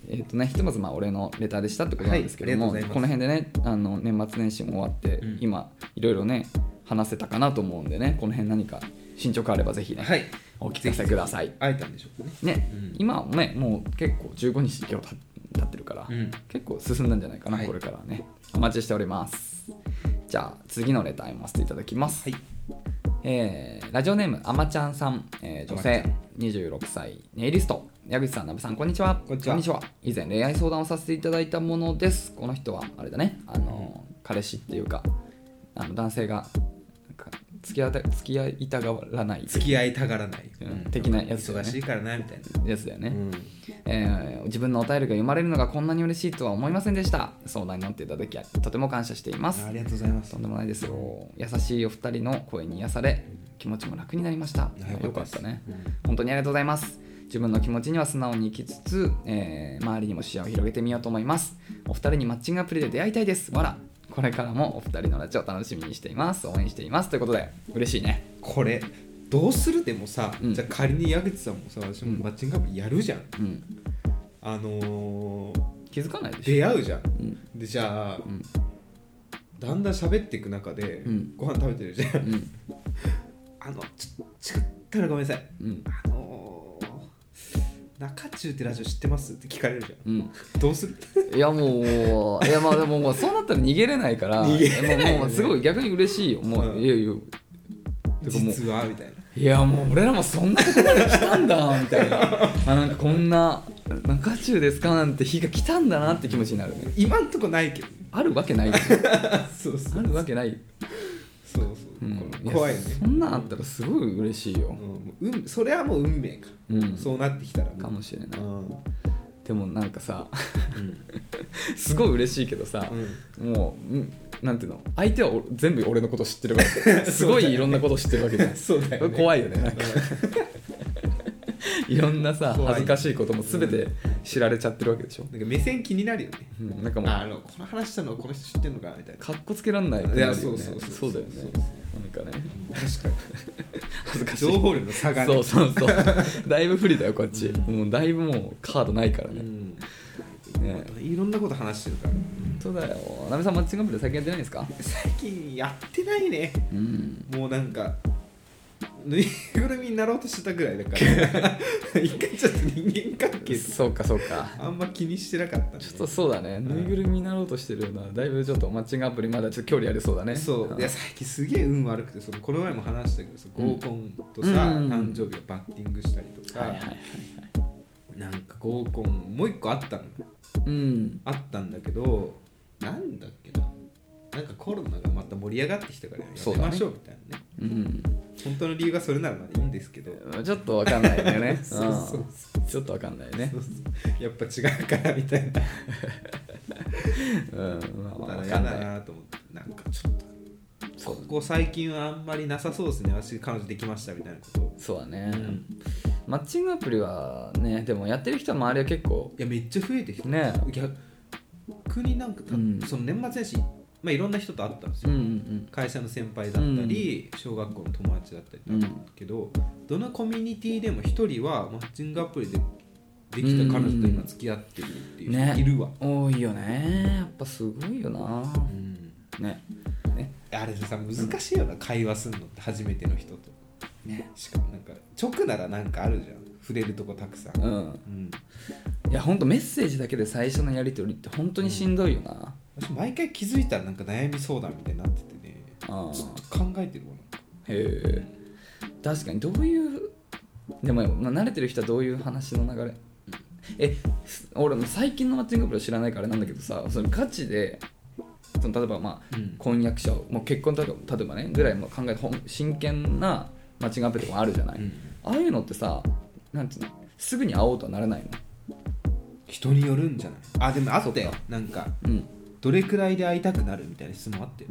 Speaker 2: えっ、とねひとまずまあ俺のレターでしたってことなんですけども、
Speaker 1: はいありがと
Speaker 2: こ
Speaker 1: う
Speaker 2: の
Speaker 1: ござい
Speaker 2: 辺でねあの年末年始も終わって、
Speaker 1: うん
Speaker 2: 今いろいろね話せたかなと思うんでねこの辺何か進捗あればぜひね、
Speaker 1: はい
Speaker 2: お聞かせください
Speaker 1: 会えたんでしょうかね
Speaker 2: ね、
Speaker 1: うん
Speaker 2: 今はねもう結構15日今日た経ってるから、
Speaker 1: うん
Speaker 2: 結構進んだんじゃないかな、
Speaker 1: はい
Speaker 2: これからはねお待ちしておりますじゃあ次のレター読ませていただきます、
Speaker 1: はい
Speaker 2: えーラジオネームあまちゃんさん、えー女
Speaker 1: あまち
Speaker 2: 性26歳ネイリスト矢口さん、なべさん、こんにちは。
Speaker 1: こんにちは
Speaker 2: 以前、恋愛相談をさせていただいたものです。この人は、あれだね、あの、彼氏っていうか、あの男性が、なんか付き合いた付き合いたがらない
Speaker 1: 付き合いたがらない、
Speaker 2: うん的なやつだよ
Speaker 1: 忙
Speaker 2: ね
Speaker 1: しいからなみたいな、
Speaker 2: やつだよね。
Speaker 1: うん
Speaker 2: えー自分のお便りが読まれるのがこんなに嬉しいとは思いませんでした相談に乗っていただきとても感謝しています
Speaker 1: ありがとうございます
Speaker 2: とんでもないですよ優しいお二人の声に癒され気持ちも楽になりました
Speaker 1: はい
Speaker 2: よかったね
Speaker 1: うん
Speaker 2: 本当にありがとうございます自分の気持ちには素直に生きつつ、えー周りにも視野を広げてみようと思いますお二人にマッチングアプリで出会いたいですわらこれからもお二人のラジオ楽しみにしています応援していますということで嬉しいね
Speaker 1: これどうするでもさ、
Speaker 2: うん
Speaker 1: じゃあ仮に矢口さんもさ私もマッチングアプリやるじゃん、
Speaker 2: うん
Speaker 1: あのー
Speaker 2: 気づかないでしょ
Speaker 1: 出会うじゃん、
Speaker 2: うん
Speaker 1: でじゃあ、
Speaker 2: ん
Speaker 1: だんだん喋っていく中で、
Speaker 2: うん
Speaker 1: ご飯食べてるじゃん、
Speaker 2: うん
Speaker 1: あのちょ違ったらごめんなさい
Speaker 2: うん
Speaker 1: あのー、中中ってラジオ知ってますって聞かれるじゃ
Speaker 2: うん
Speaker 1: んどうする
Speaker 2: いやもういやまあでももうそうなったら逃げれないから
Speaker 1: 逃げれないよね
Speaker 2: もうもうすごい逆に嬉しいよもう、
Speaker 1: うん
Speaker 2: いやいやてかもう
Speaker 1: 実はみたいない
Speaker 2: やもう俺らもそんなとこまで来たんだみ たいなあなんかこんな中中ですかなんて日が来たんだなって気持ちになるね
Speaker 1: 今んとこないけど
Speaker 2: あるわけないよ
Speaker 1: そうそう
Speaker 2: あるわけない、
Speaker 1: そうそう、
Speaker 2: うん
Speaker 1: この怖いね
Speaker 2: やそんなんあったらすごい嬉しいよ
Speaker 1: うん、もう運それはもう運命か、
Speaker 2: うん
Speaker 1: そうなってきたらもう
Speaker 2: かもしれない
Speaker 1: うんうん
Speaker 2: でもなんかさすごい嬉しいけどさ、もううんなんていうの相手はお全部俺のこと知って るからすごいいろんなこと知ってるわけじゃん
Speaker 1: そうだよ、ね、
Speaker 2: 怖いよねなんかいろんなさ
Speaker 1: 怖い
Speaker 2: 恥ずかしいことも全て知られちゃってるわけでしょ、
Speaker 1: なんか目線気になるよね
Speaker 2: うん、なんかも
Speaker 1: あ
Speaker 2: う
Speaker 1: のこの話したのこの人知ってんのかなみたいな
Speaker 2: かっこつけらんないってなるよね
Speaker 1: いやそうそうそう
Speaker 2: そうだよ
Speaker 1: そう
Speaker 2: ね
Speaker 1: そ
Speaker 2: なんかね
Speaker 1: 確かに
Speaker 2: 恥ずかし
Speaker 1: 情
Speaker 2: い
Speaker 1: 報量の差がね
Speaker 2: そうそうそうだいぶ不利だよこっち、もうだいぶもうカードないからね、
Speaker 1: うん、
Speaker 2: ね
Speaker 1: いろんなこと話してるから
Speaker 2: そうだよなべさんマッチングアプリ最近やってないんですか
Speaker 1: 最近やってないね
Speaker 2: うん
Speaker 1: もうなんかぬいぐるみになろうとしてたぐらいだから 一回ちょっと人間関係とか
Speaker 2: そうかそうか
Speaker 1: あんま気にしてなかったね
Speaker 2: ちょっとそうだねぬいぐるみになろうとしてるようなだいぶちょっとマッチングアプリまだちょっと距離ありそうだね
Speaker 1: そういや最近すげえ運悪くてそのこの前も話したけどその合コンとさ、
Speaker 2: うん
Speaker 1: 誕生日をバッティングしたりとか、
Speaker 2: はいはいはい
Speaker 1: なんか合コンもう一個あったの
Speaker 2: うん
Speaker 1: あったんだけどなんだっけななんかコロナがまた盛り上がってきたからや
Speaker 2: そう
Speaker 1: め
Speaker 2: だね
Speaker 1: ましょうみたいなね
Speaker 2: うん
Speaker 1: 本当の理由がそれならまだいいんですけど
Speaker 2: ちょっとわかんないよね
Speaker 1: そうそう
Speaker 2: うんちょっとわかんないね
Speaker 1: そうそうやっぱ違うからみたいな
Speaker 2: うんまあまあわか
Speaker 1: 嫌
Speaker 2: んな
Speaker 1: だ
Speaker 2: い
Speaker 1: なと思ってなんかちょっと
Speaker 2: そう
Speaker 1: ここ最近はあんまりなさそうですね私彼女できましたみたいなことを
Speaker 2: そうだね、
Speaker 1: ん
Speaker 2: マッチングアプリはねでもやってる人は周りは結構
Speaker 1: いやめっちゃ増えてきた
Speaker 2: ね
Speaker 1: 逆になんかた、
Speaker 2: うん
Speaker 1: その年末年始、まあ、いろんな人と会ったんです
Speaker 2: う
Speaker 1: よ、
Speaker 2: んうん
Speaker 1: 会社の先輩だったり、小学校の友達だったりだったけど、どのコミュニティでも一人はマッチングアプリでできた彼女と今付き合ってるっていう人
Speaker 2: ね
Speaker 1: いるわ、
Speaker 2: うん多いよねやっぱすごいよな
Speaker 1: うん
Speaker 2: ね
Speaker 1: あれさ難しいよな、会話するのって初めての人と
Speaker 2: ね
Speaker 1: しかもなんか直ならなんかあるじゃん触れるとこたくさん、
Speaker 2: うん
Speaker 1: うん、
Speaker 2: いやほんとメッセージだけで最初のやり取りって本当にしんどいよな、
Speaker 1: 私毎回気づいたらなんか悩み相談みたいになっててね
Speaker 2: ああ
Speaker 1: ずっと考えてるわなんか
Speaker 2: へえ確かにどういうでも、まあ、慣れてる人はどういう話の流れえす俺も最近のマッチングアプリは知らないからあれなんだけどさそのガチでその例えばまあ、
Speaker 1: うん
Speaker 2: 婚約者をもう結婚とか例えばねぐらいも考えてほん真剣なマッチングアプリとかもあるじゃない、ああいうのってさなんていうのすぐに会おうとはならないの
Speaker 1: 人によるんじゃないあでもあったよ
Speaker 2: そっか
Speaker 1: なんか
Speaker 2: うん
Speaker 1: どれくらいで会いたくなるみたいな質問あって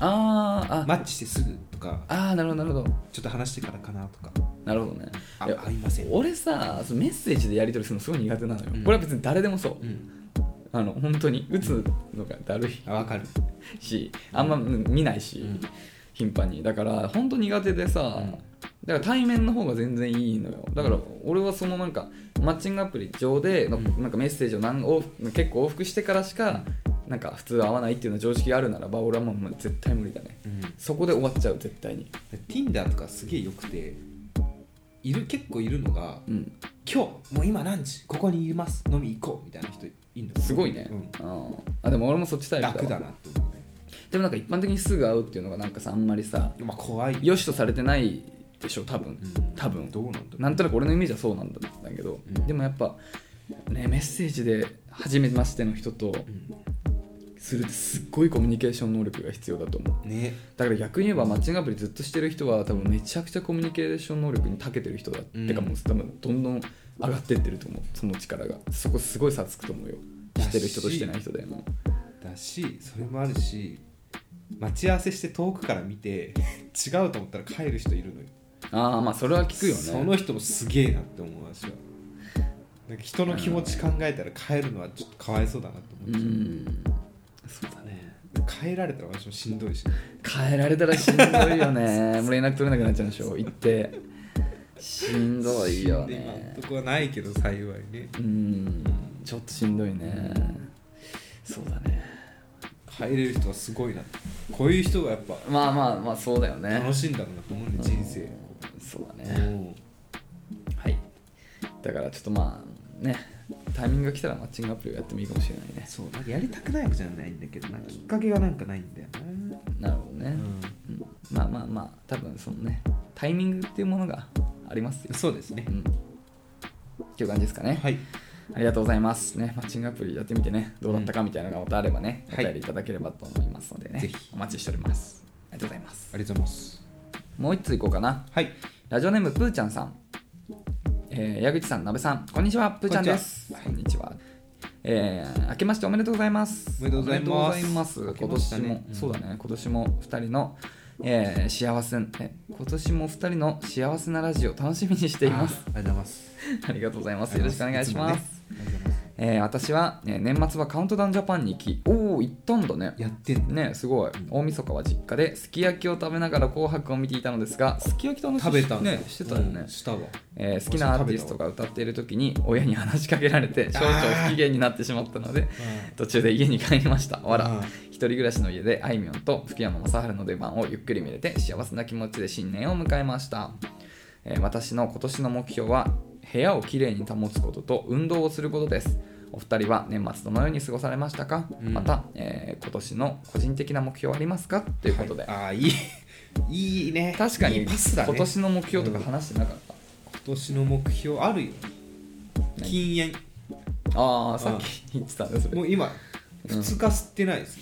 Speaker 2: あーあ、
Speaker 1: マッチしてすぐとか
Speaker 2: あーなるほどなるほど
Speaker 1: ちょっと話してからかなとか
Speaker 2: なるほどね
Speaker 1: あ
Speaker 2: いや
Speaker 1: 会いません
Speaker 2: 俺さそのメッセージでやり取りするのすごい苦手なのよ、
Speaker 1: うん
Speaker 2: これは別に誰でもそう、
Speaker 1: うん
Speaker 2: あの本当に打つのがだるい
Speaker 1: あわかる
Speaker 2: しあんま見ないし、
Speaker 1: うん
Speaker 2: 頻繁にだから本当苦手でさ、
Speaker 1: うん
Speaker 2: だから対面の方が全然いいのよだから俺はそのなんかマッチングアプリ上での
Speaker 1: うん
Speaker 2: なんかメッセージを何往復結構往復してからしかなんか普通は合わないっていうの常識があるならば俺はもうもう絶対無理だね
Speaker 1: うん
Speaker 2: そこで終わっちゃう絶対に
Speaker 1: Tinder とかすげえよくている結構いるのが
Speaker 2: うん
Speaker 1: 今日もう今ランチここにいます飲み行こうみたいな人いるんだ
Speaker 2: すごいね、
Speaker 1: うん
Speaker 2: うんあでも俺もそっちタイプだわ
Speaker 1: 楽だなって思うね
Speaker 2: でもなんか一般的にすぐ会うっていうのがなんかさあんまりさ
Speaker 1: まあ怖いよ、
Speaker 2: 良しとされてないでしょ多分、
Speaker 1: うん
Speaker 2: 多分
Speaker 1: どうなんだろ
Speaker 2: なんとなく俺のイメージはそうなんだけど、
Speaker 1: うん
Speaker 2: でもやっぱ、ね、メッセージで初めましての人と
Speaker 1: う、
Speaker 2: するってすっごいコミュニケーション能力が必要だと思う
Speaker 1: うんね
Speaker 2: だから逆に言えばマッチングアプリずっとしてる人は多分めちゃくちゃコミュニケーション能力に長けてる人だ、
Speaker 1: うん
Speaker 2: てかもう多分どんどん上がってってると思うその力がそこすごい差つくと思うよ知ってる人としてない人でも
Speaker 1: だしそれもあるし待ち合わせして遠くから見て違うと思ったら帰る人いるのよ
Speaker 2: ああまあそれは聞くよね
Speaker 1: その人もすげえなって思う私はなんか人の気持ち考えたら帰るのはちょっとかわいそうだなと思
Speaker 2: う
Speaker 1: っちゃう、
Speaker 2: んそうだね
Speaker 1: 帰られたら私もしんどいし
Speaker 2: 変えられたらしんど いよねもう連絡取れなくなっちゃうんでしょ行ってしんどいよ
Speaker 1: 死んで今
Speaker 2: ね
Speaker 1: んとこはないけど幸いね
Speaker 2: うんちょっとしんどいねそうだね
Speaker 1: 帰れる人はすごいなこういう人がやっぱ
Speaker 2: まあまあまあそうだよね
Speaker 1: 楽しいんだろうなと思うね人生
Speaker 2: そうだ
Speaker 1: う
Speaker 2: ね
Speaker 1: ん
Speaker 2: はいだからちょっとまあねタイミングが来たらマッチングアプリをやってもいいかもしれないね
Speaker 1: そうなんかやりたくないわけじゃないんだけどなきっかけがなんかないんだよな
Speaker 2: なるほどね、うんまあまあまあ多分そのねタイミングっていうものがありますよ、
Speaker 1: そうですね
Speaker 2: うん、っていう感じですかね
Speaker 1: はい
Speaker 2: ありがとうございます。ね、マッチングアプリやってみてね、どうだったかみたいなのがまたあればね、
Speaker 1: うん
Speaker 2: お便りいただければと思いますのでね、
Speaker 1: ぜひ
Speaker 2: お待ちしております。ありがとうございます。
Speaker 1: ありがとうございます
Speaker 2: もう一ついこうかな。
Speaker 1: はい
Speaker 2: ラジオネーム、ぷーちゃんさん。えー矢口さん、なべさん、こんにちは、ぷーちゃんです。こ
Speaker 1: こ
Speaker 2: んにちは。えー明けましておめでとうございます。
Speaker 1: おめでとうございます
Speaker 2: おめでとうございます
Speaker 1: 明け
Speaker 2: 今
Speaker 1: まし
Speaker 2: 年
Speaker 1: た
Speaker 2: も、
Speaker 1: ねうん
Speaker 2: そうだね、今年も2人の、えー幸せ、え今年も2人の幸せなラジオ楽しみにしています。
Speaker 1: ありがとうございます
Speaker 2: ありがとうございます。よろしくお願い
Speaker 1: あり
Speaker 2: します。
Speaker 1: がとうございます
Speaker 2: えー私は、えー年末はカウントダウンジャパンに行きおお行ったんだね
Speaker 1: やってんの
Speaker 2: ねすごい大晦日は実家ですき焼きを食べながら「紅白」を見ていたのですがすき焼き楽し
Speaker 1: 食べたんだ
Speaker 2: ねしてたよね、
Speaker 1: うんしたわ
Speaker 2: えー好きなアーティストが歌っている時に親に話しかけられて少々不機嫌になってしまったので途中で家に帰りましたわ
Speaker 1: うん
Speaker 2: ら一人暮らしの家であいみょんと福山雅治の出番をゆっくり見れて幸せな気持ちで新年を迎えました、えー私の今年の目標は部屋をきれいに保つことと運動をすることですお二人は年末どのように過ごされましたか、
Speaker 1: うん
Speaker 2: また、えー今年の個人的な目標はありますかということで、
Speaker 1: ああいいいいね
Speaker 2: 確か
Speaker 1: い
Speaker 2: に
Speaker 1: いパスだね
Speaker 2: 今年の目標とか話してなかった、
Speaker 1: 今年の目標あるよ禁煙
Speaker 2: ああさっき言ってたんです
Speaker 1: もう今2日吸ってないです、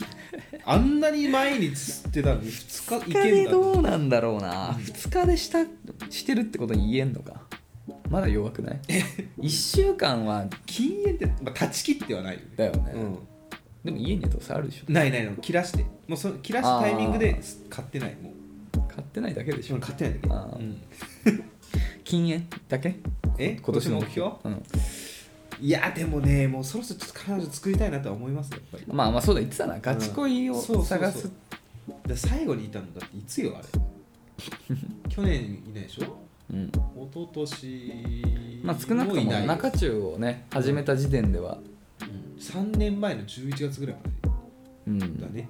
Speaker 1: あんなに毎日吸ってたのに2日い
Speaker 2: 2日
Speaker 1: け
Speaker 2: で
Speaker 1: んだ
Speaker 2: どうなんだろうな2日でしたしてるってことに言えんのかまだ 弱くない1週間は
Speaker 1: 禁煙って、まあ、断ち切ってはないよね
Speaker 2: だよね、
Speaker 1: う
Speaker 2: でも家にどうせあるでし
Speaker 1: ん、ないないの切らしてもうその切らすタイミングです買ってないもう
Speaker 2: ょ買ってないだけでし
Speaker 1: 自
Speaker 2: ょ
Speaker 1: 分買ってないんだけど
Speaker 2: あー
Speaker 1: うん
Speaker 2: 禁煙だけ
Speaker 1: え今年の目標
Speaker 2: うん、
Speaker 1: いやでもねもうそろそろちょっと彼女作りたいなとは思いますよやっぱりだか
Speaker 2: まあまあそうだ言ってたなガチ恋を
Speaker 1: うんそうそうそう
Speaker 2: 探す
Speaker 1: ら最後にいたのだっていつ よあれ去年いないでしょ
Speaker 2: うん
Speaker 1: 一昨年
Speaker 2: まあ少なくと
Speaker 1: もい
Speaker 2: も
Speaker 1: ないよ
Speaker 2: 中中をね始めた時点では
Speaker 1: うん3年前の11月ぐらい
Speaker 2: うん、
Speaker 1: までだね、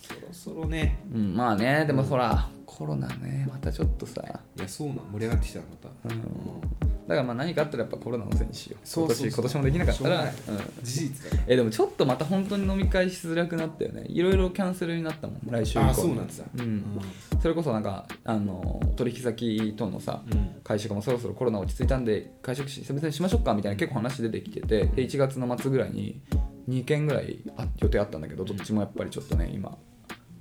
Speaker 1: そろそろね
Speaker 2: うん、まあねでもほら、コロナねまたちょっとさ
Speaker 1: いやそうなん盛り上がってきたのまた、
Speaker 2: う
Speaker 1: う
Speaker 2: ん
Speaker 1: ん
Speaker 2: だからまあ何かあったらやっぱコロナのせいにしよう
Speaker 1: そうそうそう
Speaker 2: 今年今年もできなかったら
Speaker 1: しょうが
Speaker 2: うん
Speaker 1: ない事実だね
Speaker 2: えでもちょっとまた本当に飲み会しづらくなったよねいろいろキャンセルになったもん来週以降
Speaker 1: ああそうなんだ
Speaker 2: うんそれこそなんかあの取引先とのさ、
Speaker 1: うん
Speaker 2: 会食もそろそろコロナ落ち着いたんで会食し久々にしましょうかみたいな結構話出てきててで1月の末ぐらいに2件ぐらいあ予定あったんだけどどっちもやっぱりちょっとね今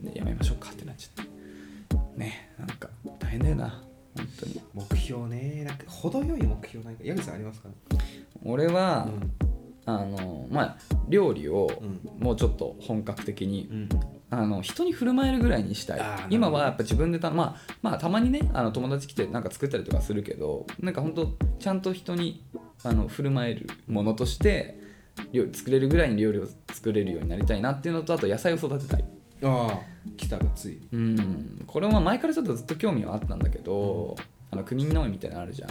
Speaker 2: ねやめましょうかってなっちゃってねなんか大変だよな本当に
Speaker 1: 目標ねなんか程よい目標なんか矢口さんありますか、
Speaker 2: 俺は、
Speaker 1: うん
Speaker 2: あのまあ料理を
Speaker 1: うん
Speaker 2: もうちょっと本格的に
Speaker 1: うん
Speaker 2: あの人に振る舞えるぐらいにしたい
Speaker 1: あーなるほど
Speaker 2: 今はやっぱ自分でた,、まあ、まあたまにねあの友達来てなんか作ったりとかするけどなんかほんとちゃんと人にあの振る舞えるものとして料理作れるぐらいに料理を作れるようになりたいなっていうのとあと野菜を育てたい
Speaker 1: ああ来たがついに
Speaker 2: うんこれは前からちょっとずっと興味はあったんだけど、あの区民農園みたいなのあるじゃん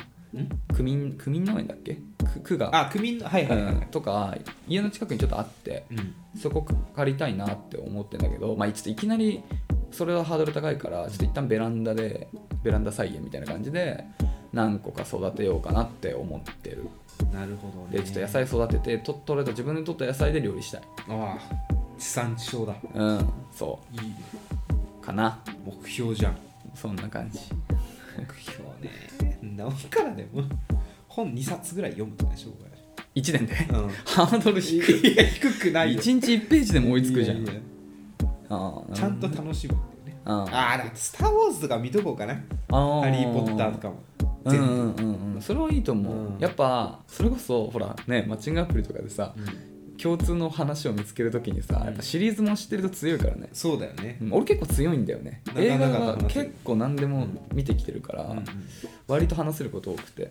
Speaker 2: 区民区民農園だっけ区区が、
Speaker 1: あ区民のは
Speaker 2: う
Speaker 1: いはいはい、
Speaker 2: ん、とか家の近くにちょっとあって
Speaker 1: うん
Speaker 2: そこ借りたいなって思ってんだけど、まあ、ちょっといきなりそれはハードル高いからちょっと一旦ベランダでベランダ菜園みたいな感じで何個か育てようかなって思ってる
Speaker 1: なるほどね
Speaker 2: でちょっと野菜育ててと取れた自分で取った野菜で料理したい
Speaker 1: ああ地産地消だ
Speaker 2: うんそ
Speaker 1: いいね
Speaker 2: うかな
Speaker 1: 目標じゃん
Speaker 2: そんな感じ
Speaker 1: 目標ねなおからでも本2冊ぐらい読むとねしょうがない
Speaker 2: 1年で、
Speaker 1: うん
Speaker 2: ハードル低 い
Speaker 1: いや低くないよ
Speaker 2: 1日1ページでも追いつくじゃん
Speaker 1: いやいや
Speaker 2: ああ
Speaker 1: ちゃんと楽しむっていうね
Speaker 2: あ
Speaker 1: ああだってスター・ウォーズ」とか見とこうかな「
Speaker 2: あ
Speaker 1: ハリー・ポッター」とかも
Speaker 2: うんうんうんうんそれはいいと思う、
Speaker 1: うん
Speaker 2: やっぱそれこそほらねマッチングアプリとかでさ、
Speaker 1: うん
Speaker 2: 共通の話を見つけるときにさ、
Speaker 1: うん
Speaker 2: やっぱシリーズも知ってると強いからね、
Speaker 1: そうだよね
Speaker 2: うん俺結構強いんだよね
Speaker 1: なか
Speaker 2: 映
Speaker 1: な
Speaker 2: 画
Speaker 1: か
Speaker 2: は
Speaker 1: 話せる
Speaker 2: 結構何でも見てきてるから、
Speaker 1: うんうん
Speaker 2: 割と話せること多くて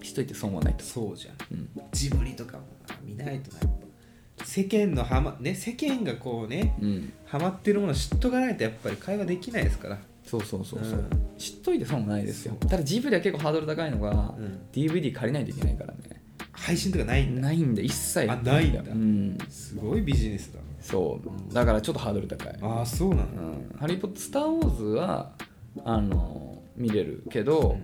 Speaker 2: しといて損はないと、
Speaker 1: そうじゃん
Speaker 2: うん
Speaker 1: ジブリとかも見ないとなやっぱ世間のはまね世間がこうね
Speaker 2: うん、
Speaker 1: ハマってるもの知っとかないとやっぱり会話できないですから
Speaker 2: そうそうそうそう、
Speaker 1: うん
Speaker 2: 知っといて損はないですよただジブリは結構ハードル高いのが、
Speaker 1: うん
Speaker 2: DVD 借りないといけないからね
Speaker 1: 配信とかないんだ
Speaker 2: ないんで一切
Speaker 1: あないんだ
Speaker 2: うん、
Speaker 1: すごいビジネスだな
Speaker 2: そうだからちょっとハードル高い
Speaker 1: ああそうな
Speaker 2: 「
Speaker 1: ん
Speaker 2: う
Speaker 1: だ
Speaker 2: ん、ハリー・ポッター・スター・ウォーズは」あの見れるけど、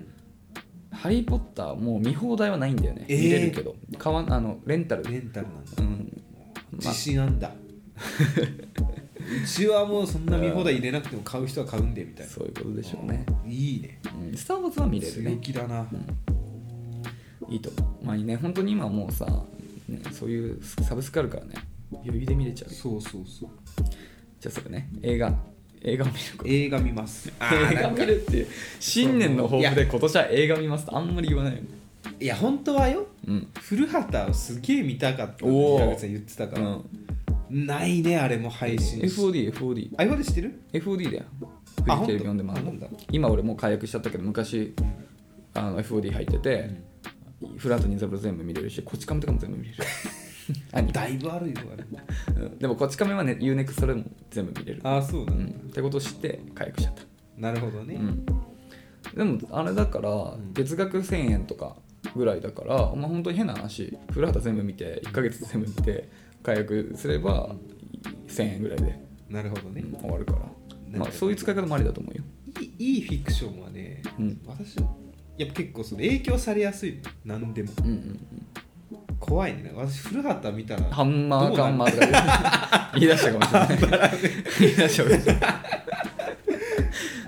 Speaker 2: ハリー・ポッターもう見放題はないんだよね、
Speaker 1: えー
Speaker 2: 見れるけど買わんあのレンタル
Speaker 1: レンタルなんだ
Speaker 2: うんま
Speaker 1: 自
Speaker 2: あ
Speaker 1: 信あんだうちはもうそんな見放題入れなくても買う人は買うんでみたいな
Speaker 2: そういうことでしょうね、
Speaker 1: いいね
Speaker 2: うん、スター・ウォーズは見れる
Speaker 1: 強
Speaker 2: ね
Speaker 1: 気だな
Speaker 2: うんいいと思うまあね本当に今もうさ、ね、そういうサブスクあるからね余裕で見れちゃう
Speaker 1: そうそうそう
Speaker 2: じゃあそれね映画映画を見ること
Speaker 1: 映画見ますあー
Speaker 2: 映画見るっていう新年の抱負
Speaker 1: いや
Speaker 2: で今年は映画見ますってあんまり言わないよね
Speaker 1: いや本当はよ
Speaker 2: うん
Speaker 1: 古畑をすげえ見たかったって
Speaker 2: おー
Speaker 1: 矢口さん言ってたから、
Speaker 2: うん
Speaker 1: ないねあれも配信
Speaker 2: FODFOD
Speaker 1: あ今で知ってる
Speaker 2: FOD だよ
Speaker 1: あ
Speaker 2: フジテレビ読んでま
Speaker 1: 本
Speaker 2: す
Speaker 1: 当あなんだ
Speaker 2: 今俺もう解約しちゃったけど昔あの FOD 入ってて、フラート203全部見れるしこち亀とかも全部見れるアニメ
Speaker 1: だい ぶあるよあれ
Speaker 2: うんでもこち亀はね UNEXT それも全部見れる、
Speaker 1: ああそうな
Speaker 2: うん
Speaker 1: だ、
Speaker 2: ん、ってことを知って回復しちゃった
Speaker 1: なるほどね、
Speaker 2: うん、でもあれだから
Speaker 1: ん
Speaker 2: 月額1000円とかぐらいだから、まあ本当に変な話フラータ全部見て1ヶ月全部見て解約すれば1000円ぐらいで、
Speaker 1: なるほどね、
Speaker 2: うん終わるから、
Speaker 1: ど
Speaker 2: まあ、そういう使い方もありだと思うよ
Speaker 1: いいいいフィクションはね、
Speaker 2: うん
Speaker 1: 私やっぱ結構その影響されやすい何でも
Speaker 2: うんうん
Speaker 1: 怖いね私古畑見た
Speaker 2: うん
Speaker 1: ら
Speaker 2: ハンマ
Speaker 1: ど
Speaker 2: ー
Speaker 1: うな
Speaker 2: ガ
Speaker 1: る
Speaker 2: ンマーとか言い言い出したかもしれない言い出したかもしれない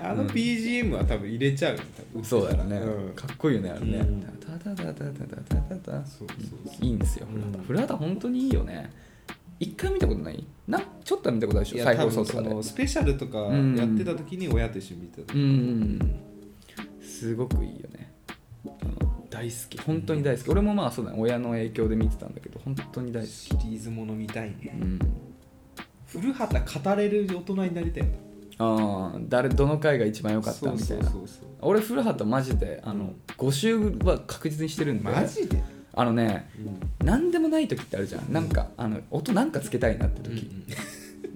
Speaker 1: あの BGM は多分入れちゃうよ多分
Speaker 2: そうだよね、
Speaker 1: うん
Speaker 2: かっこいいよねあれね、
Speaker 1: うん
Speaker 2: タタタタタタタタタ
Speaker 1: そうそうそ
Speaker 2: いいんですよ、フラ
Speaker 1: う
Speaker 2: ダ
Speaker 1: ん
Speaker 2: フラダ本当にいいよね一回見たことないなちょっとは見たことない
Speaker 1: い
Speaker 2: でしょ
Speaker 1: や
Speaker 2: 再
Speaker 1: 多
Speaker 2: 放送
Speaker 1: 分
Speaker 2: と
Speaker 1: そ
Speaker 2: かで
Speaker 1: のスペシャルとかやってた時に親と一緒に見てた、
Speaker 2: うんうんうんすごくいいよねあの大好き本当に大好き、俺もまあそうだね親の影響で見てたんだけど本当に大好き
Speaker 1: シリーズもの見たいね
Speaker 2: うん
Speaker 1: 古畑語れる大人になりたいよ
Speaker 2: ああ誰どの回が一番良かったみたいな
Speaker 1: そうそうそうそう
Speaker 2: 俺古畑マジであ
Speaker 1: う
Speaker 2: の
Speaker 1: ん
Speaker 2: 5周は確実にしてるんで
Speaker 1: マジで、
Speaker 2: あのね
Speaker 1: うん
Speaker 2: 何でもない時ってあるじゃんなんかあの音なんかつけたいなって
Speaker 1: うん
Speaker 2: 時、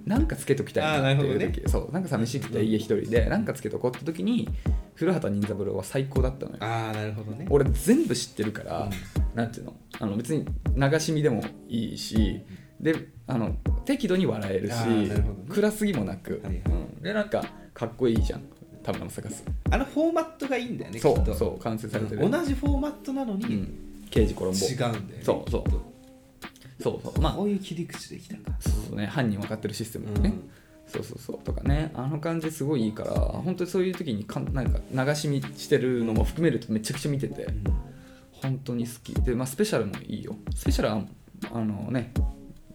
Speaker 2: なんかつけときたいなっていう
Speaker 1: あーなる
Speaker 2: 時、そうなんか寂しくて家一人でなんかつけとこうって時に古畑任三郎は最高だったのよ
Speaker 1: ああなるほどね
Speaker 2: 俺全部知ってるから、なんていうのあの別に流し見でもいいしであの適度に笑えるし
Speaker 1: あーなるほどね
Speaker 2: 暗すぎもなく、
Speaker 1: はいはい
Speaker 2: うんでなんかかっこいいじゃん田村正和
Speaker 1: あのフォーマットがいいんだよね
Speaker 2: そ
Speaker 1: きっと
Speaker 2: うそう完成されてる、
Speaker 1: 同じフォーマットなのに、
Speaker 2: う
Speaker 1: 違
Speaker 2: ん刑事コロンボ
Speaker 1: うんだよね
Speaker 2: そうそうそうそうまあ
Speaker 1: こういう切り口できたか
Speaker 2: そうそうね犯人分かってるシステムだよね、
Speaker 1: うん
Speaker 2: そうそうそうとかねあの感じすごいいいから本当にそういう時にかんなんか流し見してるのも含めるとめちゃくちゃ見てて本当に好きで、まあ、スペシャルもいいよスペシャルはあのね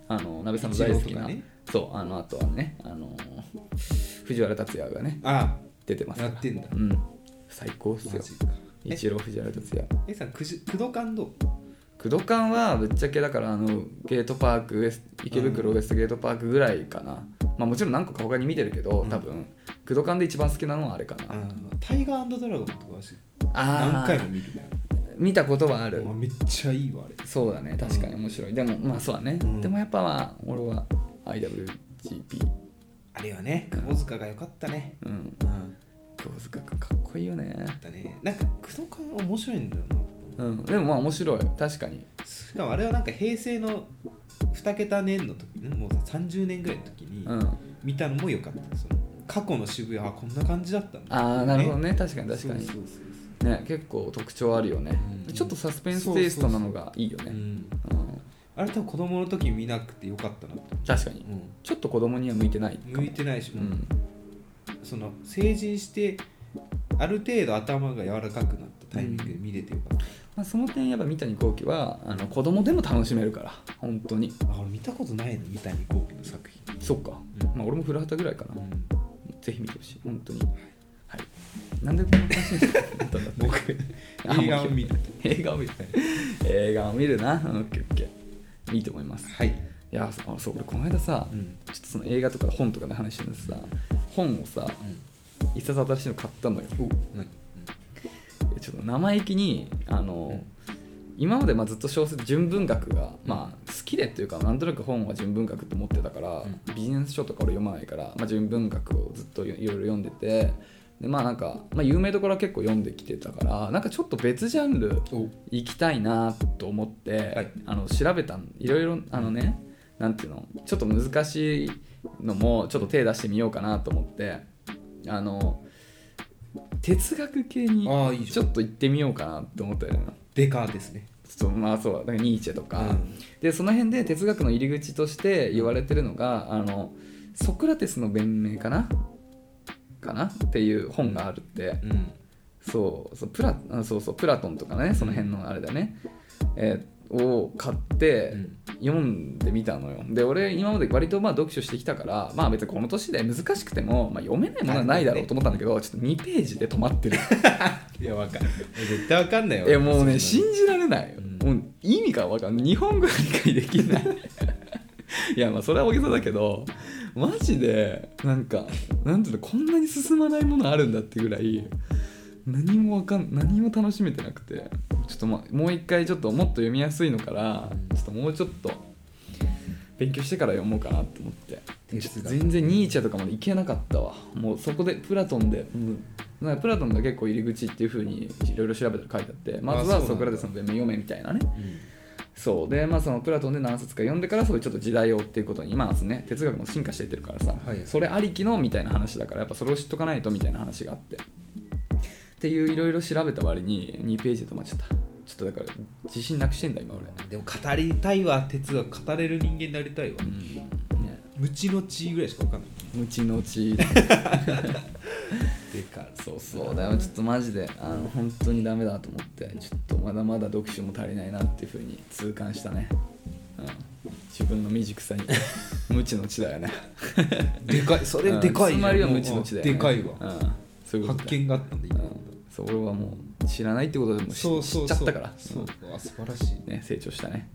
Speaker 2: あの鍋さんの大好き
Speaker 1: 一郎とか
Speaker 2: な、
Speaker 1: ね
Speaker 2: そうあのあとはねあの藤原竜也がね
Speaker 1: あ
Speaker 2: 出てま
Speaker 1: あ
Speaker 2: すか
Speaker 1: や
Speaker 2: ら
Speaker 1: ってんだ
Speaker 2: うん最高っす
Speaker 1: マ
Speaker 2: よ
Speaker 1: ジかえ
Speaker 2: 一郎藤原竜也
Speaker 1: えさんくじ工藤感動
Speaker 2: 工藤館はぶっちゃけだからあのゲートパークウエス池袋ウエストゲートパークぐらいかな、まあもちろん何個か他に見てるけど多分工藤館で一番好きなのはあれかな、
Speaker 1: あタイガードラゴンとか私
Speaker 2: あー
Speaker 1: 何回も見るね
Speaker 2: 見たことはある
Speaker 1: あめっちゃいいわあれ
Speaker 2: そうだね確かに面白いでもまあそうだね、
Speaker 1: うん
Speaker 2: でもやっぱまあ俺は IWGP
Speaker 1: あれはね窪塚が良かったね
Speaker 2: うん
Speaker 1: うん
Speaker 2: 黒塚君かっこいいよね
Speaker 1: だねなんか工藤感面白いんだよな
Speaker 2: うんでもまあ面白い確かに
Speaker 1: しかもあれはなんか平成の2桁年の時もうさ30年ぐらいの時に
Speaker 2: うんあ
Speaker 1: 見たのも良かったその過去の渋谷はこんな感じだったんだ
Speaker 2: あなるほどね確かに確かに
Speaker 1: そうそうそうそ
Speaker 2: ね結構特徴あるよね、
Speaker 1: うん
Speaker 2: ちょっとサスペンステイストなのがいいよね
Speaker 1: ううん
Speaker 2: うん
Speaker 1: あれ多分子供の時見なくてよかったなと、
Speaker 2: 確かにちょっと子供には向いてないかも
Speaker 1: 向いてないし、
Speaker 2: う
Speaker 1: もうんその成人してある程度頭が柔らかくなったタイミングで見れてよかっ
Speaker 2: まあ、その点やっぱ三谷幸喜はあの子供でも楽しめるから本当に
Speaker 1: た、あ俺見たことないの三谷幸喜の作品、
Speaker 2: そっか、
Speaker 1: うん
Speaker 2: まあ俺も古畑ぐらいかな、
Speaker 1: うん、
Speaker 2: ぜひ見てほしい本当にはいなんでこんな話になった んだ
Speaker 1: 僕
Speaker 2: あもう
Speaker 1: 映画を見る
Speaker 2: 映画を見る映画を見るなオッケーオッケーいいと思います
Speaker 1: はい、
Speaker 2: いやそあそう俺この間さ、
Speaker 1: うん
Speaker 2: ちょっとその映画とか本とかの話してるんですさ本をさ一冊新しいの買ったのよ
Speaker 1: 何
Speaker 2: えちょっと生意気にあの、今までまあずっと小説純文学が、まあ、好きでっていうかなんとなく本は純文学って思ってたから、
Speaker 1: う
Speaker 2: ビジネス書とか俺読まないから、まあ、純文学をずっといろいろ読んでてでまあなんか、まあ、有名どころは結構読んできてたからなんかちょっと別ジャンル
Speaker 1: お
Speaker 2: 行きたいなと思って、
Speaker 1: はい
Speaker 2: あの調べたんいろいろあのねなんていうのちょっと難しいのもちょっと手出してみようかなと思ってあの哲学系に
Speaker 1: ああいいじ
Speaker 2: ち
Speaker 1: ゃん
Speaker 2: ょっと行ってみようかなって思ったよね
Speaker 1: デカーですね
Speaker 2: ちょっとまあそうだからニーチェとか、
Speaker 1: うん
Speaker 2: でその辺で哲学の入り口として言われてるのがあのソクラテスの弁明かなかなっていう本があるって、
Speaker 1: うん
Speaker 2: そうそうプラあそうそうプラトンとかねその辺のあれだね、えーを買って
Speaker 1: うん
Speaker 2: 読んでみたのよで俺今まで割とまあ読書してきたからまあ別にこの年で難しくても、まあ、読めないものはないだろうと思ったんだけどちょっと2ページで止まってる
Speaker 1: いやわかんない絶対わかんないよ
Speaker 2: えも
Speaker 1: そ
Speaker 2: うね
Speaker 1: んな
Speaker 2: 信じられない、
Speaker 1: うん
Speaker 2: もう意味が分かんない日本語が理解でき ないいやまあそれは大げさだけどマジでなんかなんていうのこんなに進まないものあるんだってぐらい何もわかん何も楽しめてなくてちょっとまもう一回ちょっともっと読みやすいのからちょっともうちょっと勉強してから読もうかなと思って
Speaker 1: テスが
Speaker 2: 全然ニーチェとかまでいけなかったわもうそこでプラトンで、うんなんかプラトンが結構入り口っていうふうにいろいろ調べたら書いてあってまず
Speaker 1: あそうな
Speaker 2: は
Speaker 1: んだ
Speaker 2: ソクラテスの弁明読めみたいなね
Speaker 1: うん
Speaker 2: そうでまあそのプラトンで何冊か読んでからそういうちょっと時代を追っていうことにまあね哲学も進化していってるからさ、
Speaker 1: はい
Speaker 2: それありきのみたいな話だからやっぱそれを知っとかないとみたいな話があってっていういろいろ調べた割に2ページで止まっちゃったちょっとだから自信なくしてんだ今俺、
Speaker 1: でも語りたいわ哲学語れる人間になりたいわ
Speaker 2: うんね、
Speaker 1: 無知の知ぐらいしか分かんない
Speaker 2: 無知の 知
Speaker 1: でか
Speaker 2: そうそうだよちょっとマジであの本当にダメだと思ってちょっとまだまだ読書も足りないなっていうふうに痛感したね、うん、自分の未 熟さに無知の知だよね
Speaker 1: でかいそれ
Speaker 2: うん
Speaker 1: でかい
Speaker 2: つまりは無知の知だよ、ね、
Speaker 1: でかい
Speaker 2: うん
Speaker 1: わ、
Speaker 2: そういうこと
Speaker 1: 発
Speaker 2: だよ
Speaker 1: 見があったんだ今、
Speaker 2: うんそう俺はもう知らないってことでも知
Speaker 1: そうそうそ
Speaker 2: 知っ
Speaker 1: う
Speaker 2: ちゃったから
Speaker 1: そううんあ素晴らしい、
Speaker 2: ね成長したね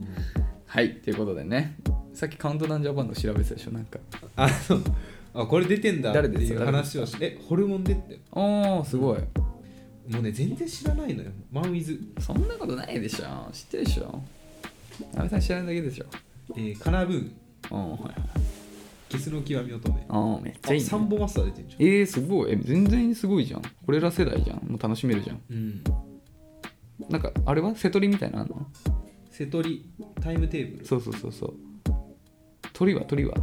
Speaker 2: はいということでねさっきカウントダウンジャパンの調べてたでしょなんか
Speaker 1: あそうあこれ出てんだって
Speaker 2: 誰です
Speaker 1: いう
Speaker 2: か
Speaker 1: 話をしてえホルモンでって
Speaker 2: おーすごい
Speaker 1: もうね全然知らないのよマンウィズ、
Speaker 2: そんなことないでしょ知ってるでしょ阿部さん知らないだけでしょ
Speaker 1: えー、カナブーン
Speaker 2: うんはいはい
Speaker 1: ゲスの極み乙女
Speaker 2: あーめっちゃいい、
Speaker 1: あ
Speaker 2: ね、
Speaker 1: サンボマスター出てんじゃん
Speaker 2: えー、すごいえ全然すごいじゃん俺ら世代じゃんもう楽しめるじゃん
Speaker 1: うん
Speaker 2: なんかあれは瀬戸りみたいなのあんの
Speaker 1: 瀬戸りタイムテーブル
Speaker 2: そうそうそうそう鳥は鳥は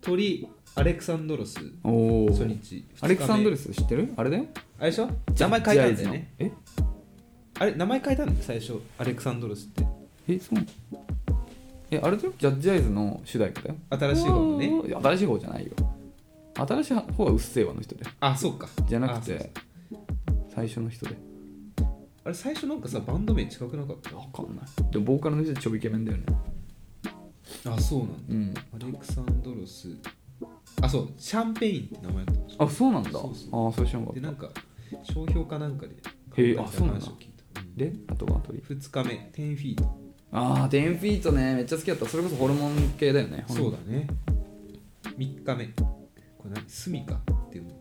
Speaker 1: 鳥アレクサンドロス
Speaker 2: おお
Speaker 1: 初日
Speaker 2: アレクサンドレ
Speaker 1: ス
Speaker 2: ス知ってるあれだよ
Speaker 1: あれでしょ名前変えたんだよね
Speaker 2: ジャイアンツ
Speaker 1: あれ名前変えたんだよ最初アレクサンドロスって
Speaker 2: のええそうなのえあれだよジャッジアイズの主題歌だよ
Speaker 1: 新しい方のね
Speaker 2: いや新しい方じゃないよ新しい方はうっせぇわの人で
Speaker 1: あそうか
Speaker 2: じゃなく
Speaker 1: あそう
Speaker 2: て最初の人で
Speaker 1: あれ最初なんかさバンド名近くなかっ
Speaker 2: わかんないでもボーカルの人でちょびイケメンだよね
Speaker 1: たあそうなんだ
Speaker 2: うん
Speaker 1: アレクサンドロスあそうシャンペインって名前だったんでしょ
Speaker 2: あそうなんだ
Speaker 1: そうそ
Speaker 2: ああそれ知らなかっ
Speaker 1: で
Speaker 2: た
Speaker 1: なんか商標かなんかで
Speaker 2: へえあそうなんだ
Speaker 1: 話を聞いたうん
Speaker 2: であとは鳥
Speaker 1: 2日目10フィート
Speaker 2: ああ10フィートねめっちゃ好きだったそれこそホルモン系だよね
Speaker 1: そうだね3日目これ何スミカっていうのか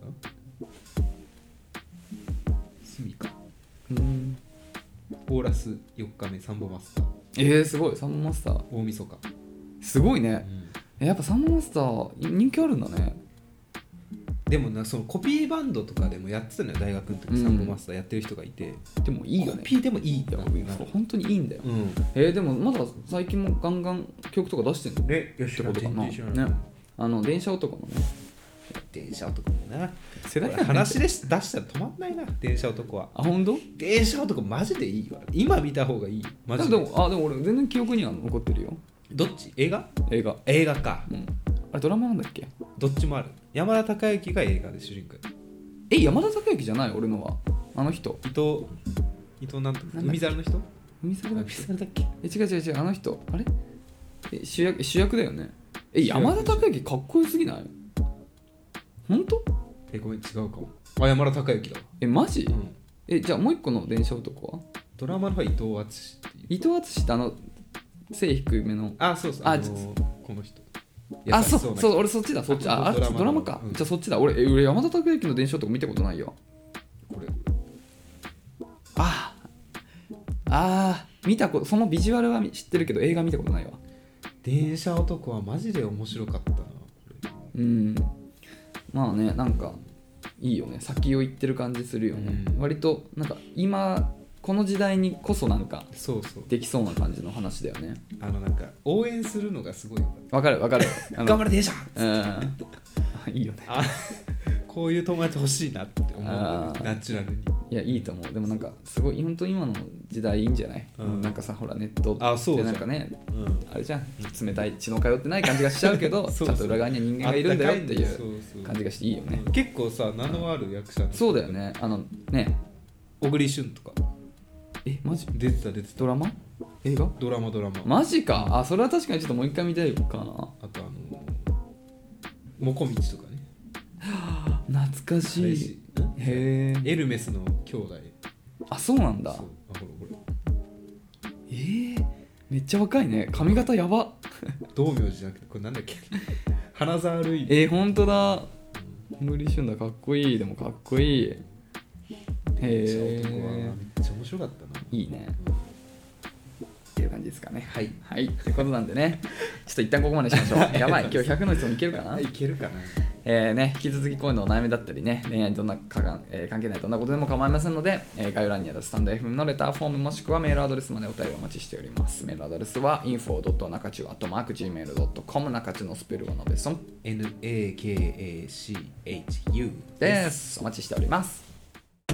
Speaker 1: スミカ
Speaker 2: うん
Speaker 1: オーラス4日目サンボマスター
Speaker 2: えー、すごいサンボマスター
Speaker 1: 大晦日
Speaker 2: すごいね、
Speaker 1: うん
Speaker 2: えやっぱサンボマスター人気あるんだね
Speaker 1: でもなそのコピーバンドとかでもやってたのよ大学の時、
Speaker 2: うん
Speaker 1: サンボマスターやってる人がいて
Speaker 2: でもいいよね
Speaker 1: コピーでもいいって
Speaker 2: い
Speaker 1: な
Speaker 2: や
Speaker 1: る
Speaker 2: そう本当にいいんだよ、
Speaker 1: うん
Speaker 2: えーでもまだ最近もガンガン曲とか出してんの
Speaker 1: で吉
Speaker 2: ってことかなねあの電車男のね
Speaker 1: 電車男もな
Speaker 2: 世代
Speaker 1: これ
Speaker 2: だよね
Speaker 1: 話でし出したら止まんないな電車男は
Speaker 2: あ本当
Speaker 1: 電車男マジでいいわ今見た方がいいよマ
Speaker 2: で
Speaker 1: ジ
Speaker 2: も
Speaker 1: で
Speaker 2: でもあでも俺全然記憶には残ってるよ
Speaker 1: どっち映画
Speaker 2: 映画
Speaker 1: 映画か
Speaker 2: うんあれドラマなんだっけ
Speaker 1: どっちもある山田孝之が映画で主人公
Speaker 2: え山田孝之じゃない俺のはあの人
Speaker 1: 伊藤伊藤なんとか
Speaker 2: なんだっけ
Speaker 1: 海猿の人
Speaker 2: 海猿だっけ
Speaker 1: 海猿だっけ
Speaker 2: え違う違う違うあの人あれえ主役主役だよねえ山田孝之かっこよすぎない本当
Speaker 1: えごめん違うかもあ山田孝之だわ、
Speaker 2: えマジ、
Speaker 1: うん、
Speaker 2: えじゃあもう一個の電車男は
Speaker 1: ドラマの方は伊藤淳っていう
Speaker 2: 伊藤淳ってあの背低めの
Speaker 1: あそうそう
Speaker 2: あ
Speaker 1: あのーこの人
Speaker 2: あそうそう
Speaker 1: う
Speaker 2: 俺そっちだそっち
Speaker 1: あ
Speaker 2: ああれ
Speaker 1: ドラマの
Speaker 2: ドラマか、
Speaker 1: うん
Speaker 2: じゃあそっちだ俺え俺山田孝之の電車男見たことないよ
Speaker 1: これ
Speaker 2: ああー見たことそのビジュアルは知ってるけど映画見たことないわ
Speaker 1: 電車男はマジで面白かったなこれ
Speaker 2: うんまあねなんかいいよね先を行ってる感じするよね、
Speaker 1: うん
Speaker 2: 割となんか今この時代にこそなんか
Speaker 1: そうそう
Speaker 2: できそうな感じの話だよね
Speaker 1: あのなんか応援するのがすごいよかっ
Speaker 2: わかる わかる
Speaker 1: た頑張れ電車
Speaker 2: れうんあいいよね
Speaker 1: あこういう友達欲しいなって思う
Speaker 2: あー
Speaker 1: ナチュラルに
Speaker 2: いやいいと思うでもなんかすごい本当に今の時代いいんじゃない、
Speaker 1: うん
Speaker 2: なんかさほらネット
Speaker 1: あそう
Speaker 2: で
Speaker 1: そう
Speaker 2: なんかね
Speaker 1: うん
Speaker 2: あれじゃん冷たい血の通ってない感じがしちゃうけ ど
Speaker 1: そうそう
Speaker 2: ちゃんと裏側には人間がいるんだよってい
Speaker 1: あったかいんだよそうそう
Speaker 2: う感じがしていいよね
Speaker 1: 結構さ名のある役者の人
Speaker 2: そうだよねあのね
Speaker 1: 小栗旬とか
Speaker 2: えマジ
Speaker 1: 出てた出てた
Speaker 2: ドラマ映画
Speaker 1: ドラマドラマ、
Speaker 2: マジかあそれは確かにちょっともう一回見たいかな
Speaker 1: あとあのモコミチとかね
Speaker 2: 懐かし
Speaker 1: 彼
Speaker 2: い
Speaker 1: 氏
Speaker 2: へえ
Speaker 1: エルメスの兄弟
Speaker 2: あそうなんだ
Speaker 1: そうあほらほ
Speaker 2: えー、めっちゃ若いね髪型やば
Speaker 1: ら道明寺じゃなくてこれなんだっけ 花沢類い
Speaker 2: えー、ほんとだ無理しゅんだかっこいいでもかっこいいへ
Speaker 1: 電車男はめ
Speaker 2: え
Speaker 1: っちゃちゃ面白かったない
Speaker 2: いねっていう感じですかね
Speaker 1: はい
Speaker 2: はいってことなんでねちょっと一旦ここまでしましょうやばい今日100の質問いけるかな
Speaker 1: あいけるかな
Speaker 2: えーね、引き続き恋のお悩みだったりね恋愛にどんなかが、えー関係ないどんなことでも構いませんので、えー概要欄にあるスタンド FM のレターフォームもしくはメールアドレスまでお便りお待ちしておりますメールアドレスは info.nakachu.gmail.com 中中のスペルはのべそん
Speaker 1: NAKACHU
Speaker 2: ですお待ちしております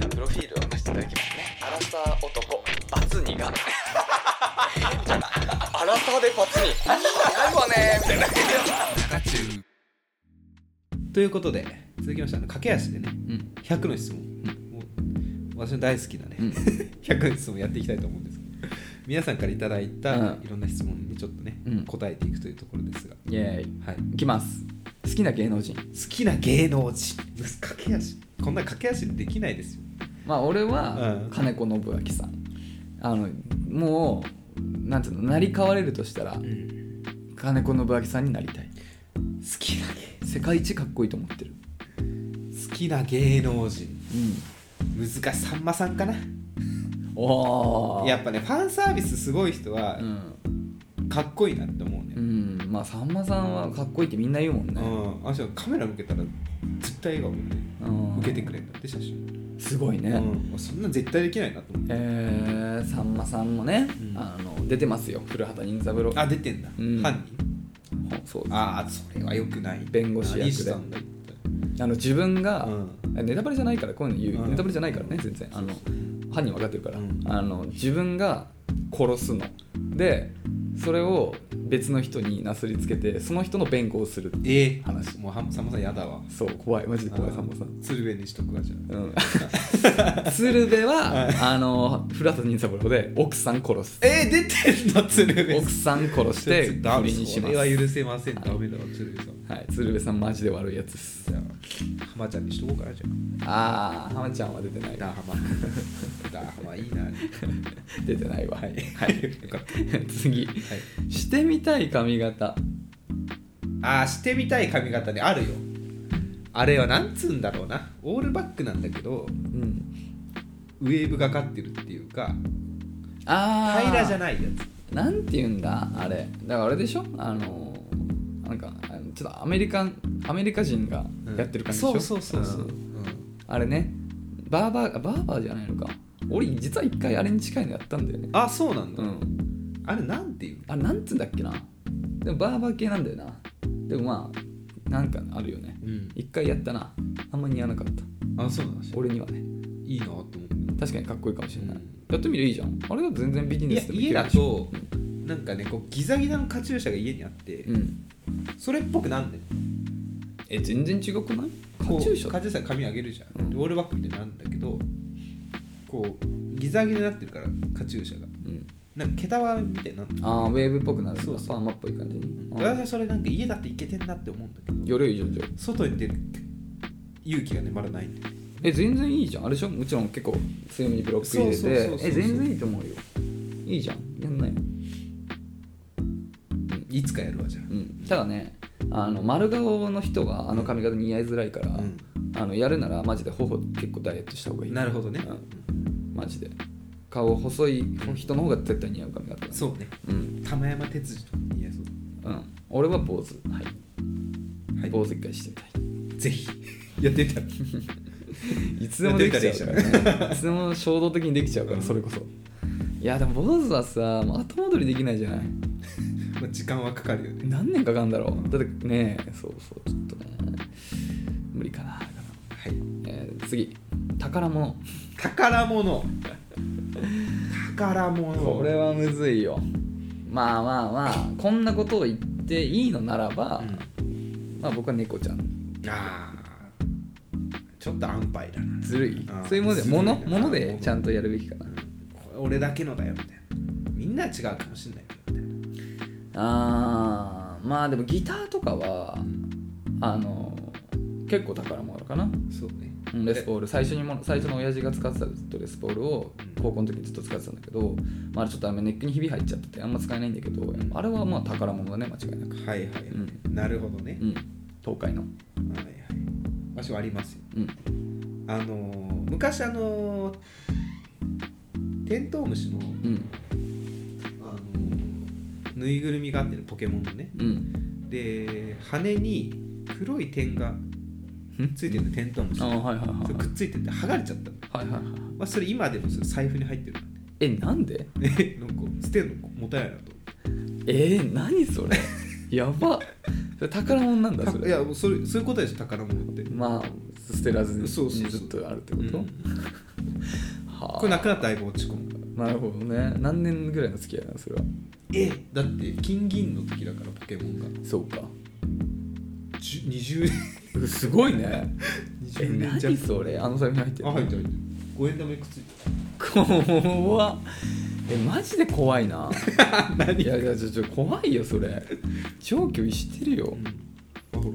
Speaker 2: プロフィールを出していただきますねアラサー男バツ2がアラサーでバツ2あるわねみたいな
Speaker 1: ということで続きましてあの駆け足でね
Speaker 2: うん
Speaker 1: 100の質問、もう私の大好きなね、
Speaker 2: うん
Speaker 1: 100の質問やっていきたいと思うんですけど皆さんからいただいた
Speaker 2: うん
Speaker 1: いろんな質問にちょっとね、
Speaker 2: うん
Speaker 1: 答えていくというところですが、
Speaker 2: イエーイ
Speaker 1: はい、
Speaker 2: いきます好きな芸能人
Speaker 1: 好きな芸能人駆け足こんな駆け足できないですよ
Speaker 2: まあ俺
Speaker 1: う
Speaker 2: は
Speaker 1: ん
Speaker 2: 金子信明さんあのもうなんていうの成り代われるとしたら金子信明さんになりたい
Speaker 1: 好きな芸
Speaker 2: 世界一かっこいいと思ってる
Speaker 1: 好きな芸能人
Speaker 2: う
Speaker 1: 難しいさんまさんかなん
Speaker 2: おー
Speaker 1: やっぱねファンサービスすごい人は
Speaker 2: うん、
Speaker 1: かっこいいなって思う
Speaker 2: う
Speaker 1: ね
Speaker 2: ん、まあさんまさんはかっこいいってみんな言うもん
Speaker 1: う
Speaker 2: ね、
Speaker 1: ん、あの人カメラ向けたら絶対笑顔で、ね、
Speaker 2: うん、
Speaker 1: 受けてくれるんだって写真、
Speaker 2: すごいね、
Speaker 1: うん、そんな絶対できないなと思って
Speaker 2: えー、さんまさんもね、
Speaker 1: うん
Speaker 2: あの出てますよ古畑任三郎
Speaker 1: あ出てんだ、
Speaker 2: うん
Speaker 1: 犯人
Speaker 2: ほそうですあ
Speaker 1: ああそれはよくない
Speaker 2: 弁護士役で
Speaker 1: あ石さんだ言った
Speaker 2: の自分が、
Speaker 1: うん
Speaker 2: ネタバレじゃないからこういうの言う、
Speaker 1: うん
Speaker 2: ネタバレじゃないからね全然あの犯人分かってるから、
Speaker 1: うん
Speaker 2: あの自分が殺すのでそれを別の人になすりつけてその人の弁護をする
Speaker 1: ええ
Speaker 2: 話
Speaker 1: もうはさんまさんやだわ
Speaker 2: そう怖いマジで怖い
Speaker 1: あー
Speaker 2: さんまさん
Speaker 1: 鶴瓶にしとくわじゃ
Speaker 2: うん 鶴瓶はあの古畑任三郎で奥さん殺す
Speaker 1: あえー、出てんだ鶴瓶
Speaker 2: 奥さん殺して
Speaker 1: ちょっ
Speaker 2: 不
Speaker 1: とダメ
Speaker 2: 倫し
Speaker 1: そ
Speaker 2: ます
Speaker 1: れは許せませんダメだわ鶴瓶さん
Speaker 2: はい、鶴瓶さんマジで悪いやつっす
Speaker 1: じゃあ浜ちゃんにしとこうかなじゃ
Speaker 2: ああ浜ちゃんは出 てない
Speaker 1: あダー浜 ダー浜いいな
Speaker 2: 出てないわはい、
Speaker 1: よかっ
Speaker 2: 次、
Speaker 1: は
Speaker 2: してみたい髪型
Speaker 1: ああしてみたい髪型ねあるよあれはなんつうんだろうなオールバックなんだけど
Speaker 2: うん
Speaker 1: ウェーブがかってるっていうか
Speaker 2: ああ
Speaker 1: 平らじゃないや
Speaker 2: なんて言うんだあれだからあれでしょあのーなんかあのちょっとアメリカンアメリカ人が
Speaker 1: つ、うん
Speaker 2: やってる感じでしょ、
Speaker 1: そうそうそうそう、う
Speaker 2: ん
Speaker 1: ん
Speaker 2: あれねバーバーあバーバーじゃないのか俺実は一回あれに近いのやったんだよね
Speaker 1: あそうなんだ、
Speaker 2: うん
Speaker 1: あれなんていうの
Speaker 2: あれなんつうんだっけなでもバーバー系なんだよなでもまあなんかあるよね一回やったなあんま似合わなかった
Speaker 1: あそうなんですよ
Speaker 2: 俺にはね
Speaker 1: いいなと思って
Speaker 2: 確かにかっこいいかもしれない、
Speaker 1: うん
Speaker 2: やってみりゃいいじゃんあれは全然ビジ
Speaker 1: い
Speaker 2: ネ
Speaker 1: や
Speaker 2: スでもい
Speaker 1: 家
Speaker 2: ける
Speaker 1: だ
Speaker 2: でしょ
Speaker 1: となんかねこうギザギザのカチューシャが家にあって、
Speaker 2: うん
Speaker 1: それっぽくなんだよ
Speaker 2: え全然違くない
Speaker 1: こ
Speaker 2: カ
Speaker 1: う
Speaker 2: チューシャ
Speaker 1: カチューシャ髪上げるじゃん、
Speaker 2: うん
Speaker 1: でオールバックみたいになるんだけどこうギザギザになってるからカチューシャが
Speaker 2: うん
Speaker 1: なんか毛束みたいになってる
Speaker 2: ああウェーブっぽくなるんだ
Speaker 1: そうそう
Speaker 2: パーマっぽい感じにあ
Speaker 1: 私
Speaker 2: ー
Speaker 1: はそれなんか家だっていけてんなって思うんだけど
Speaker 2: よりいいじゃんじゃあ
Speaker 1: 外に出る勇気がねまだないんだよ
Speaker 2: え全然いいじゃんあれでしょもちろん結構強めにブロック入れ
Speaker 1: そうそうそう
Speaker 2: て
Speaker 1: そう
Speaker 2: え全然いいと思うよいいじゃんやんないよ
Speaker 1: いつかやるわじゃあ
Speaker 2: うんただねあの丸顔の人があの髪型似合いづらいから、
Speaker 1: うん
Speaker 2: あのやるならマジで頬結構ダイエットした方がいい
Speaker 1: なるほどね、
Speaker 2: うんマジで顔細い人の方が絶対似合う髪型だ
Speaker 1: そうね
Speaker 2: うん、
Speaker 1: 玉山哲司とか似合いそう
Speaker 2: うん、俺は坊主はい、
Speaker 1: はい
Speaker 2: 坊主一回してみたい
Speaker 1: ぜひ やってみたら
Speaker 2: いつでもできちゃうからねいつでも衝動的にできちゃうか
Speaker 1: う
Speaker 2: ら
Speaker 1: ん
Speaker 2: それこそいやでも坊主はさもう後戻りできないじゃない
Speaker 1: まあ時間はかかるよね
Speaker 2: 何年かかるんだろうだってねそうそうちょっとね無理かなだから
Speaker 1: はい
Speaker 2: えー次宝物
Speaker 1: 宝 物宝物
Speaker 2: これはむずいよまあまあまあこんなことを言っていいのならば
Speaker 1: う、ん
Speaker 2: まあ僕は猫ちゃん
Speaker 1: あーちょっと安牌だな、
Speaker 2: ずるい
Speaker 1: あー
Speaker 2: そういうもので
Speaker 1: ずるい
Speaker 2: も
Speaker 1: な
Speaker 2: のものでちゃんとやるべきかな
Speaker 1: これ俺だけのだよみたいなみんなは違うかもしれないけどみたいな
Speaker 2: あーまあでもギターとかはあの結構宝物かな
Speaker 1: そうね
Speaker 2: うんレスポール最初にも最初の親父が使ってたずっとレスポールを
Speaker 1: うん
Speaker 2: 高校の時にずっと使ってたんだけど、まあ、ちょっとあんまネックにひび入っちゃっててあんま使えないんだけどあれはまあ宝物だね間違いなく
Speaker 1: はいはいはい、
Speaker 2: う
Speaker 1: なるほどね
Speaker 2: う、ん東海の
Speaker 1: はいはい私はありますよ
Speaker 2: うん
Speaker 1: あのー昔あのーテントウムシの
Speaker 2: うん
Speaker 1: あのぬいぐるみがあってねポケモンのね
Speaker 2: うん
Speaker 1: で羽に黒い点がついてるのテントウムシ
Speaker 2: ああはいはいはい
Speaker 1: それくっついてて剥がれちゃったの、
Speaker 2: はいはいはい
Speaker 1: まあ、それ今でもそれ財布に入ってるの
Speaker 2: えなんで
Speaker 1: でなんか捨て るのもったいないなと
Speaker 2: えー、何 それやばそれ宝物なんだ
Speaker 1: た
Speaker 2: それ
Speaker 1: いやもうそれそういうことでしょ宝物って、
Speaker 2: まあ捨てらずに
Speaker 1: そうそうそう
Speaker 2: ずっとあるってこ
Speaker 1: う
Speaker 2: と、
Speaker 1: ん
Speaker 2: はあ
Speaker 1: これなくなったらだいぶ落ち込むから
Speaker 2: なるほどね何年ぐらいの付き合いなのそれは
Speaker 1: えだって金銀の時だからポケモンが
Speaker 2: そうか
Speaker 1: 10 20年
Speaker 2: うすごいね え
Speaker 1: 20年
Speaker 2: 何それあの財布に入ってる
Speaker 1: あ入ってる入ってる5円玉いくつい
Speaker 2: 怖っえマジで怖いな い
Speaker 1: 何
Speaker 2: やいやちょちょ怖いよそれ超拒否してるよ
Speaker 1: うん、あほら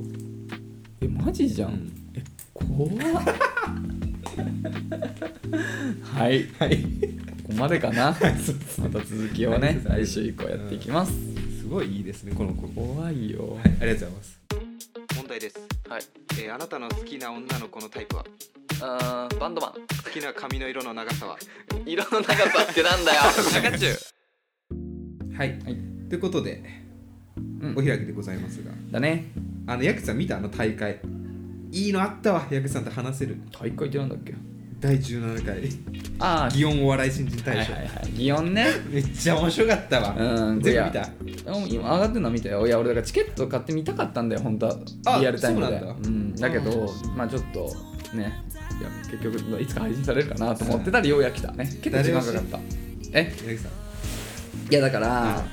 Speaker 2: えマジじゃん、
Speaker 1: うん
Speaker 2: え怖っはい
Speaker 1: はい
Speaker 2: ここまでか なまた続きをね来週以降やっていきます、
Speaker 1: すごいいいですねこの子はい
Speaker 2: 怖いよ
Speaker 1: ありがとうございます問題です、
Speaker 2: はい
Speaker 1: えーあなたの好きな女の子のタイプは
Speaker 2: あバンドマン
Speaker 1: 好きな髪の色の長さは
Speaker 2: 色の長さってなんだよ 中中
Speaker 1: はい、
Speaker 2: はい
Speaker 1: ということで、
Speaker 2: うん
Speaker 1: お開きでございますが
Speaker 2: だね
Speaker 1: あのヤクさん見たあの大会いいのあったわヤクさんと話せる
Speaker 2: 大会ってなんだっけ
Speaker 1: 第17回
Speaker 2: ああ
Speaker 1: 祇園お笑い新人
Speaker 2: は
Speaker 1: 大
Speaker 2: いはい
Speaker 1: 賞、
Speaker 2: はい祇園ね
Speaker 1: めっちゃ面白かったわ、
Speaker 2: うん
Speaker 1: 全部見
Speaker 2: い
Speaker 1: た
Speaker 2: や今上がってるの見たよいや俺だからチケット買ってみたかったんだよ本当は
Speaker 1: あ
Speaker 2: リアルタイムで
Speaker 1: そうなん
Speaker 2: だ,、
Speaker 1: だ
Speaker 2: ん、だけど、まあちょっとねいや結局いつか配信されるかなと思ってたらようやく来たね結構時間かかったえ
Speaker 1: ヤクさん
Speaker 2: いやだから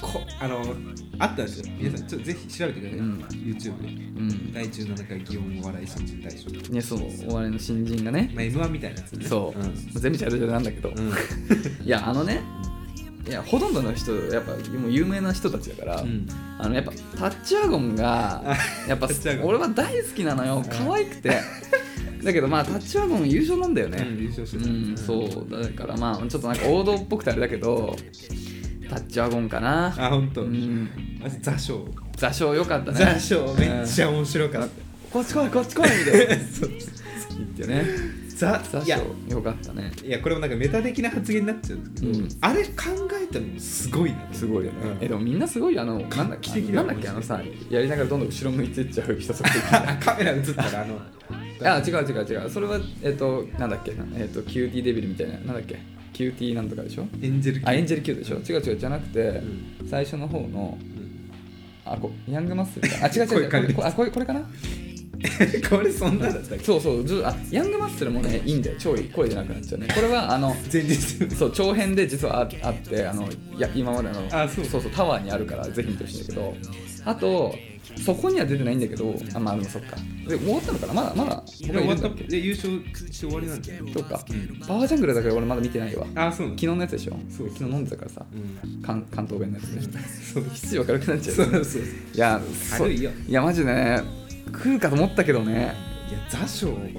Speaker 1: こあのあったんですよ皆さんちょっとぜひ調べてください、
Speaker 2: うん
Speaker 1: YouTube で
Speaker 2: うん
Speaker 1: 第17回祇園お笑い新人大賞
Speaker 2: ねそうお笑いの新人がね
Speaker 1: まあ M1 みたいなやつね
Speaker 2: そう、
Speaker 1: ん
Speaker 2: 全部チャレンジャーなんだけど、
Speaker 1: うん
Speaker 2: いやあのねいやほとんどの人やっぱもう有名な人たちだから、
Speaker 1: うん
Speaker 2: あのやっぱタッチワゴンがやっぱ
Speaker 1: タッチワゴン
Speaker 2: 俺は大好きなのよ可愛くてだけどまあタッチワゴン優勝なんだよ
Speaker 1: うん
Speaker 2: ね
Speaker 1: 優勝し
Speaker 2: う
Speaker 1: て
Speaker 2: ん
Speaker 1: た、、
Speaker 2: そうだからまあちょっとなんか王道っぽくてあれだけどタッチワゴンかな
Speaker 1: あ本当。
Speaker 2: うん
Speaker 1: マジ座礁
Speaker 2: 座礁良かったね
Speaker 1: 座礁めっち
Speaker 2: ゃ、
Speaker 1: ゃ面白かっ
Speaker 2: うんこっち来いこっち来いみたいな
Speaker 1: た そう
Speaker 2: 言ってね
Speaker 1: 座
Speaker 2: 座
Speaker 1: いや
Speaker 2: 礁良かったね
Speaker 1: いやこれもなんかメタ的な発言になっちゃうんですけど、
Speaker 2: うん
Speaker 1: あれ考えたのすごいな
Speaker 2: すごいよね、
Speaker 1: うん
Speaker 2: えでもみんなすごいよあのなんだ
Speaker 1: 画期的だ
Speaker 2: な
Speaker 1: よ
Speaker 2: んだっけあの
Speaker 1: マジで
Speaker 2: さやりながらどんどん後ろ向いてっちゃう人とか
Speaker 1: あ カメラ映ったらあの
Speaker 2: あ違う違う違うそれはえっ、となんだっけなえっ、とキューティーデビルみたいななんだっけキューティーなんとかでしょ
Speaker 1: エンジェルキ
Speaker 2: あエンジェ
Speaker 1: ル
Speaker 2: ル Q でしょ違う違うじゃなくて、
Speaker 1: う
Speaker 2: 最初の方のあこヤングマッスルかあ違う 違
Speaker 1: こういう
Speaker 2: う違う
Speaker 1: 感じ
Speaker 2: これあこれこれかな
Speaker 1: これそんなだったっけ
Speaker 2: そうそうずあヤングマッスルもねいいんだよ超いい声じゃなくなっちゃうねこれはあの
Speaker 1: 前日
Speaker 2: そう長編で実はああってあのいや今までの
Speaker 1: あそう
Speaker 2: そうタワーにあるからぜひ見てほしいんだけどあとそこには出てないんだけどあまあでもそっかで終わったのかなまだまだ
Speaker 1: いや終
Speaker 2: 他いる
Speaker 1: わ
Speaker 2: ん
Speaker 1: った
Speaker 2: だっけ
Speaker 1: で優勝して終わりなんじゃない
Speaker 2: そうかパワージャングルだから俺まだ見てないわ
Speaker 1: あそうなの
Speaker 2: 昨日のやつでしょ
Speaker 1: そう
Speaker 2: 昨日飲んでたからさ
Speaker 1: うん
Speaker 2: 関関東弁のやつね
Speaker 1: そう
Speaker 2: 必要明るくなっちゃう
Speaker 1: そうそうそう
Speaker 2: いやそう
Speaker 1: 軽いよ
Speaker 2: いやマジでね来るかと思ったけどね
Speaker 1: いや座礁これ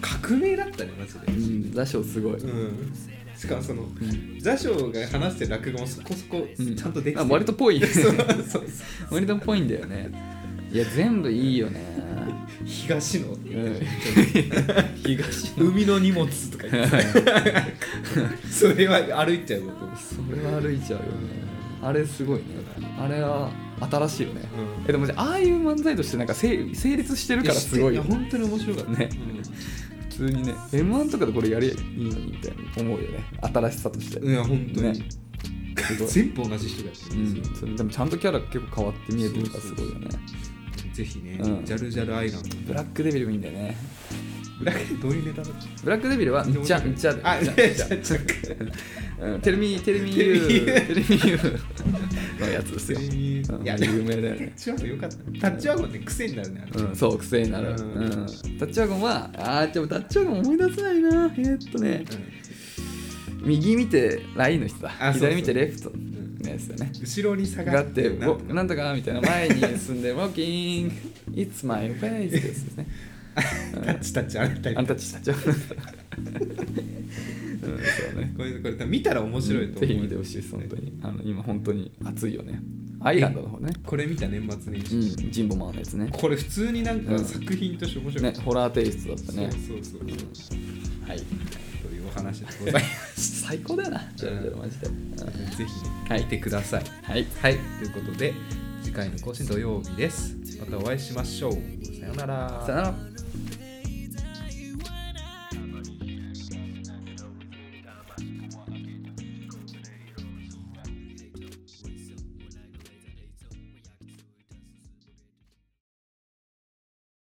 Speaker 1: 革命だったねマジで
Speaker 2: うん座礁すごい、
Speaker 1: うんしかもその、
Speaker 2: ん
Speaker 1: 座礁が話してる落語もそこそこ
Speaker 2: うん
Speaker 1: ちゃんとできてる、
Speaker 2: あ割とぽい
Speaker 1: そうそうそう
Speaker 2: 割とぽいんだよねいや全部いいよね
Speaker 1: 東の、
Speaker 2: 東
Speaker 1: 海の荷物とか言ってそれは歩いちゃうこと
Speaker 2: それは歩いちゃうよねあれすごいねあれは新しいよね、
Speaker 1: うん
Speaker 2: えでもじゃあああいう漫才としてなんか成成立してるからすごい
Speaker 1: や
Speaker 2: よ
Speaker 1: 知ってるや本当に面白かった
Speaker 2: ね普通にね m 1とかでこれやりゃいいのにみたいな思うよね新しさとして
Speaker 1: うん、いや本当に、
Speaker 2: ねすごい
Speaker 1: 全部同じ人がやって
Speaker 2: う
Speaker 1: るん
Speaker 2: ん
Speaker 1: ですよ、
Speaker 2: それでもちゃんとキャラ結構変わって見えてるからすごいよね
Speaker 1: ぜひね、
Speaker 2: うん
Speaker 1: ジャルジャルアイランド
Speaker 2: ブラックデビルもいいんだよね
Speaker 1: ブラックどういうネタだっ
Speaker 2: ブラックデビルは
Speaker 1: け
Speaker 2: んちゃんちゃだよ
Speaker 1: あ
Speaker 2: んちゃん
Speaker 1: めっちゃめっちゃ
Speaker 2: うんテレミテレミユーテレミユーのやつですよ
Speaker 1: テレミユー
Speaker 2: うん
Speaker 1: いや
Speaker 2: 有名だよね
Speaker 1: タッチワゴンよかったタッチワゴンって癖になるねあれ
Speaker 2: うん、そう癖になる、う
Speaker 1: うんん
Speaker 2: タッチワゴンはあーでもタッチワゴン思い出せないなえーっとね右見てラインの人だ
Speaker 1: あそうそう
Speaker 2: 左見てレフト
Speaker 1: ん
Speaker 2: のやつだよね
Speaker 1: 後ろに下
Speaker 2: が
Speaker 1: が
Speaker 2: あ
Speaker 1: っ
Speaker 2: って
Speaker 1: て
Speaker 2: おなんとかみたいな前に進んでウォーキング It's my face ですね
Speaker 1: タッチタッチあれたり
Speaker 2: アンタッチタッチワゴンうんそうね
Speaker 1: これこれ見たら面白いと思う、
Speaker 2: ぜひ見てほしいです本当にあの今本当に熱いよねアイランドの方ね
Speaker 1: これ見た年末年
Speaker 2: う
Speaker 1: 始、
Speaker 2: んジンボマンのやつね
Speaker 1: これ普通になん
Speaker 2: う
Speaker 1: か
Speaker 2: ん
Speaker 1: 作品として面白い、
Speaker 2: ねホラーテイストだったね
Speaker 1: そうそうそうそう
Speaker 2: はい
Speaker 1: というわ話でございま
Speaker 2: 最高だよなジェロジェロマジで、うん
Speaker 1: すぜひね
Speaker 2: はい
Speaker 1: 見てください
Speaker 2: はい
Speaker 1: はい、ということで次回の更新土曜日ですまたお会いしましょうさようなら
Speaker 2: さよなら